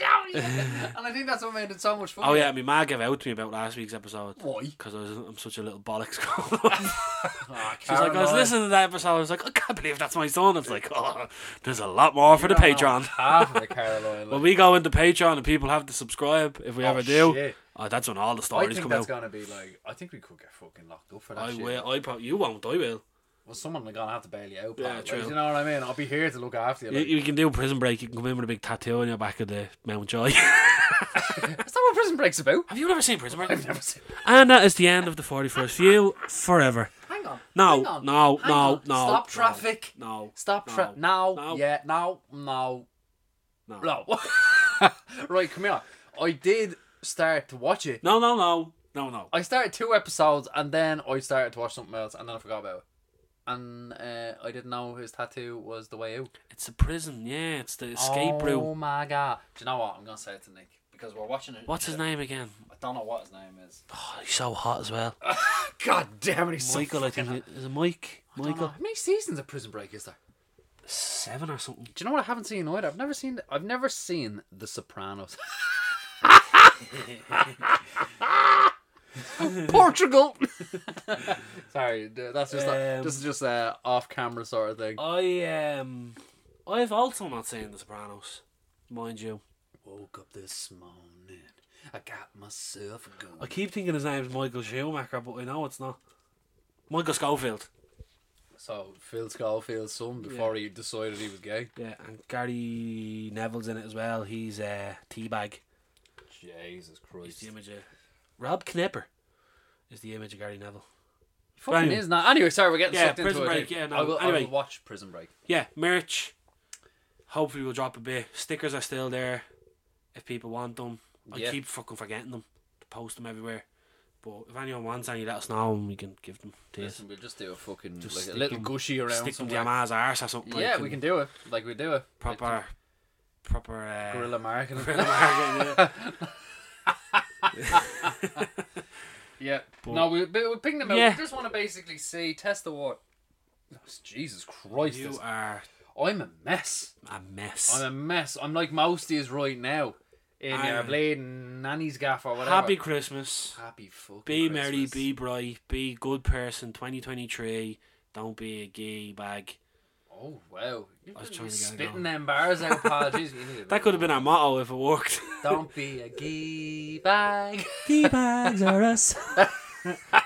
(laughs) and I think that's what made it so much fun. Oh yeah, my ma gave out to me about last week's episode. Why? Because I was, I'm such a little bollocks. (laughs) growing up. She's She's Oh, like, I was listening to that episode. I was like, I can't believe that's my son. I was like, oh, there's a lot more for the Patreon. (laughs) Half of the Caroline. When we go into Patreon and people have to subscribe, if we ever do, shit. oh, that's when all the I stories think come that's out. gonna be like. I think we could get fucking locked up for that I shit. will. I probably you won't. I will. Well, someone gonna have to bail you out. Yeah, pal. Like, true. you know what I mean? I'll be here to look after you. You, Like. you can do a prison break. You can come in with a big tattoo on your back of the (laughs) (laughs) Mountjoy. That's not what prison breaks about. have you never seen (laughs) Prison Break? I've never seen. And that is the end of the forty-first view forever. Hang on. No, hang on, no, hang no, on. no, Stop no, traffic. No. Stop no, traffic. Now. no. Yeah. Now. No. No. No. (laughs) right. Come here. I did start to watch it. No. No. No. No. No. I started two episodes and then I started to watch something else and then I forgot about it. And uh, I didn't know his tattoo was the way out. It's a prison. Yeah. It's the escape oh room. my god. Do you know what? I'm going to say it to Nick because we're watching it. What's his name again? I don't know what his name is. Oh, he's so hot as well. (laughs) God damn it, he's Michael, so I think it- is it Mike? Michael. Michael How many seasons of Prison Break is there? seven or something. Do you know what I haven't seen either? I've never seen I've never seen The Sopranos. (laughs) Portugal. (laughs) Sorry, d- that's just a, Um, this is just a off-camera sort of thing. I um, I've also not seen The Sopranos, mind you. Woke up this morning. I got myself a I gun. keep thinking his name's Michael Schumacher, but I know it's not. Michael Schofield. So Phil Schofield's son before he decided he was gay. Yeah, and Gary Neville's in it as well. He's uh, teabag. Jesus He's Christ. the image of Rob Knipper. Is the image of Gary Neville? Fucking Anyway. is not. Anyway, sorry, we're getting Yeah, sucked Prison into it. Break, yeah, no, I will, I anyway. will watch Prison Break. Yeah, merch. Hopefully we'll drop a bit. Stickers are still there, if people want them. I Yeah. keep fucking forgetting them to post them everywhere. But if anyone wants any, let us know and we can give them to you. Listen, we'll just do a fucking like stick a little them- gushy around Stick them to your somewhere. ma's arse or something. like, Yeah, and we can do it. Like we do it. proper, proper. Uh, (laughs) Gorilla marketing. (laughs) yeah. no, we but we ping them out. Yeah. We just want to basically see, test the water. Jesus Christ, you this- are I'm a mess. a mess. I'm a mess. I'm like most is right now. In I- your bleeding nanny's gaff or whatever. Happy Christmas. happy fucking Be Christmas. merry, be bright, be good person. Twenty twenty three. Don't be a gay bag. Oh wow, you I really was trying to get it going. spitting them bars (laughs) out. pal. Jeez, you need a That bit could of- have been our motto if it worked. Don't be a gay (laughs) bag. Tea bags are us. (laughs)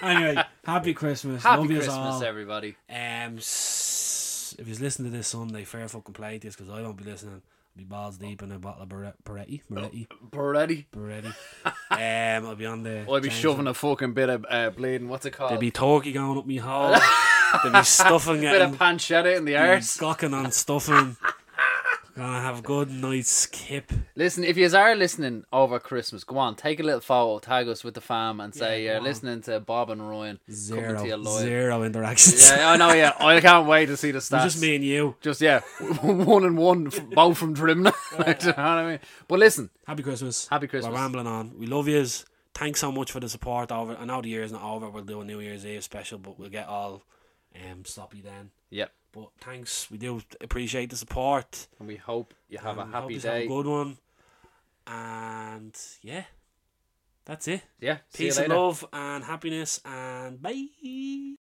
anyway, happy Christmas. Happy Love yous Christmas, all. everybody. Um, s- if you listen to this Sunday, fair fucking play this because I won't be listening. I'll be balls deep in a bottle of Bere- Beretti. Beretti. Ready? Beretti. um, I'll be on the. I'd be Jameson. shoving a fucking bit of uh, bleeding. What's it called? There'd be turkey going up me (laughs) hole. There'd be stuffing bit of getting pancetta in the Mm. arse. gawking on stuffing. Gonna have a good night's skip. Listen, if you are listening over Christmas, go on, take a little photo, tag us with the fam, and say Yeah, go you're on. listening to Bob and Ryan coming to you Zero, live. zero interactions. (laughs) Yeah, I know. Yeah, I can't wait to see the stats. Just me and you. Just, yeah, (laughs) one and one, f- both from (laughs) Drimna. Do you know what I mean? But listen, Happy Christmas. Happy Christmas. We're rambling on. We love yous. Thanks so much for the support. Over. I know the year's not over. We'll do a New Year's Eve special, but we'll get all um, sloppy then. Yep. But thanks, we do appreciate the support. And we hope you have Um, a hope happy yous day. Have a good one. And yeah, that's it. Yeah. see you Peace and later. love and happiness and bye.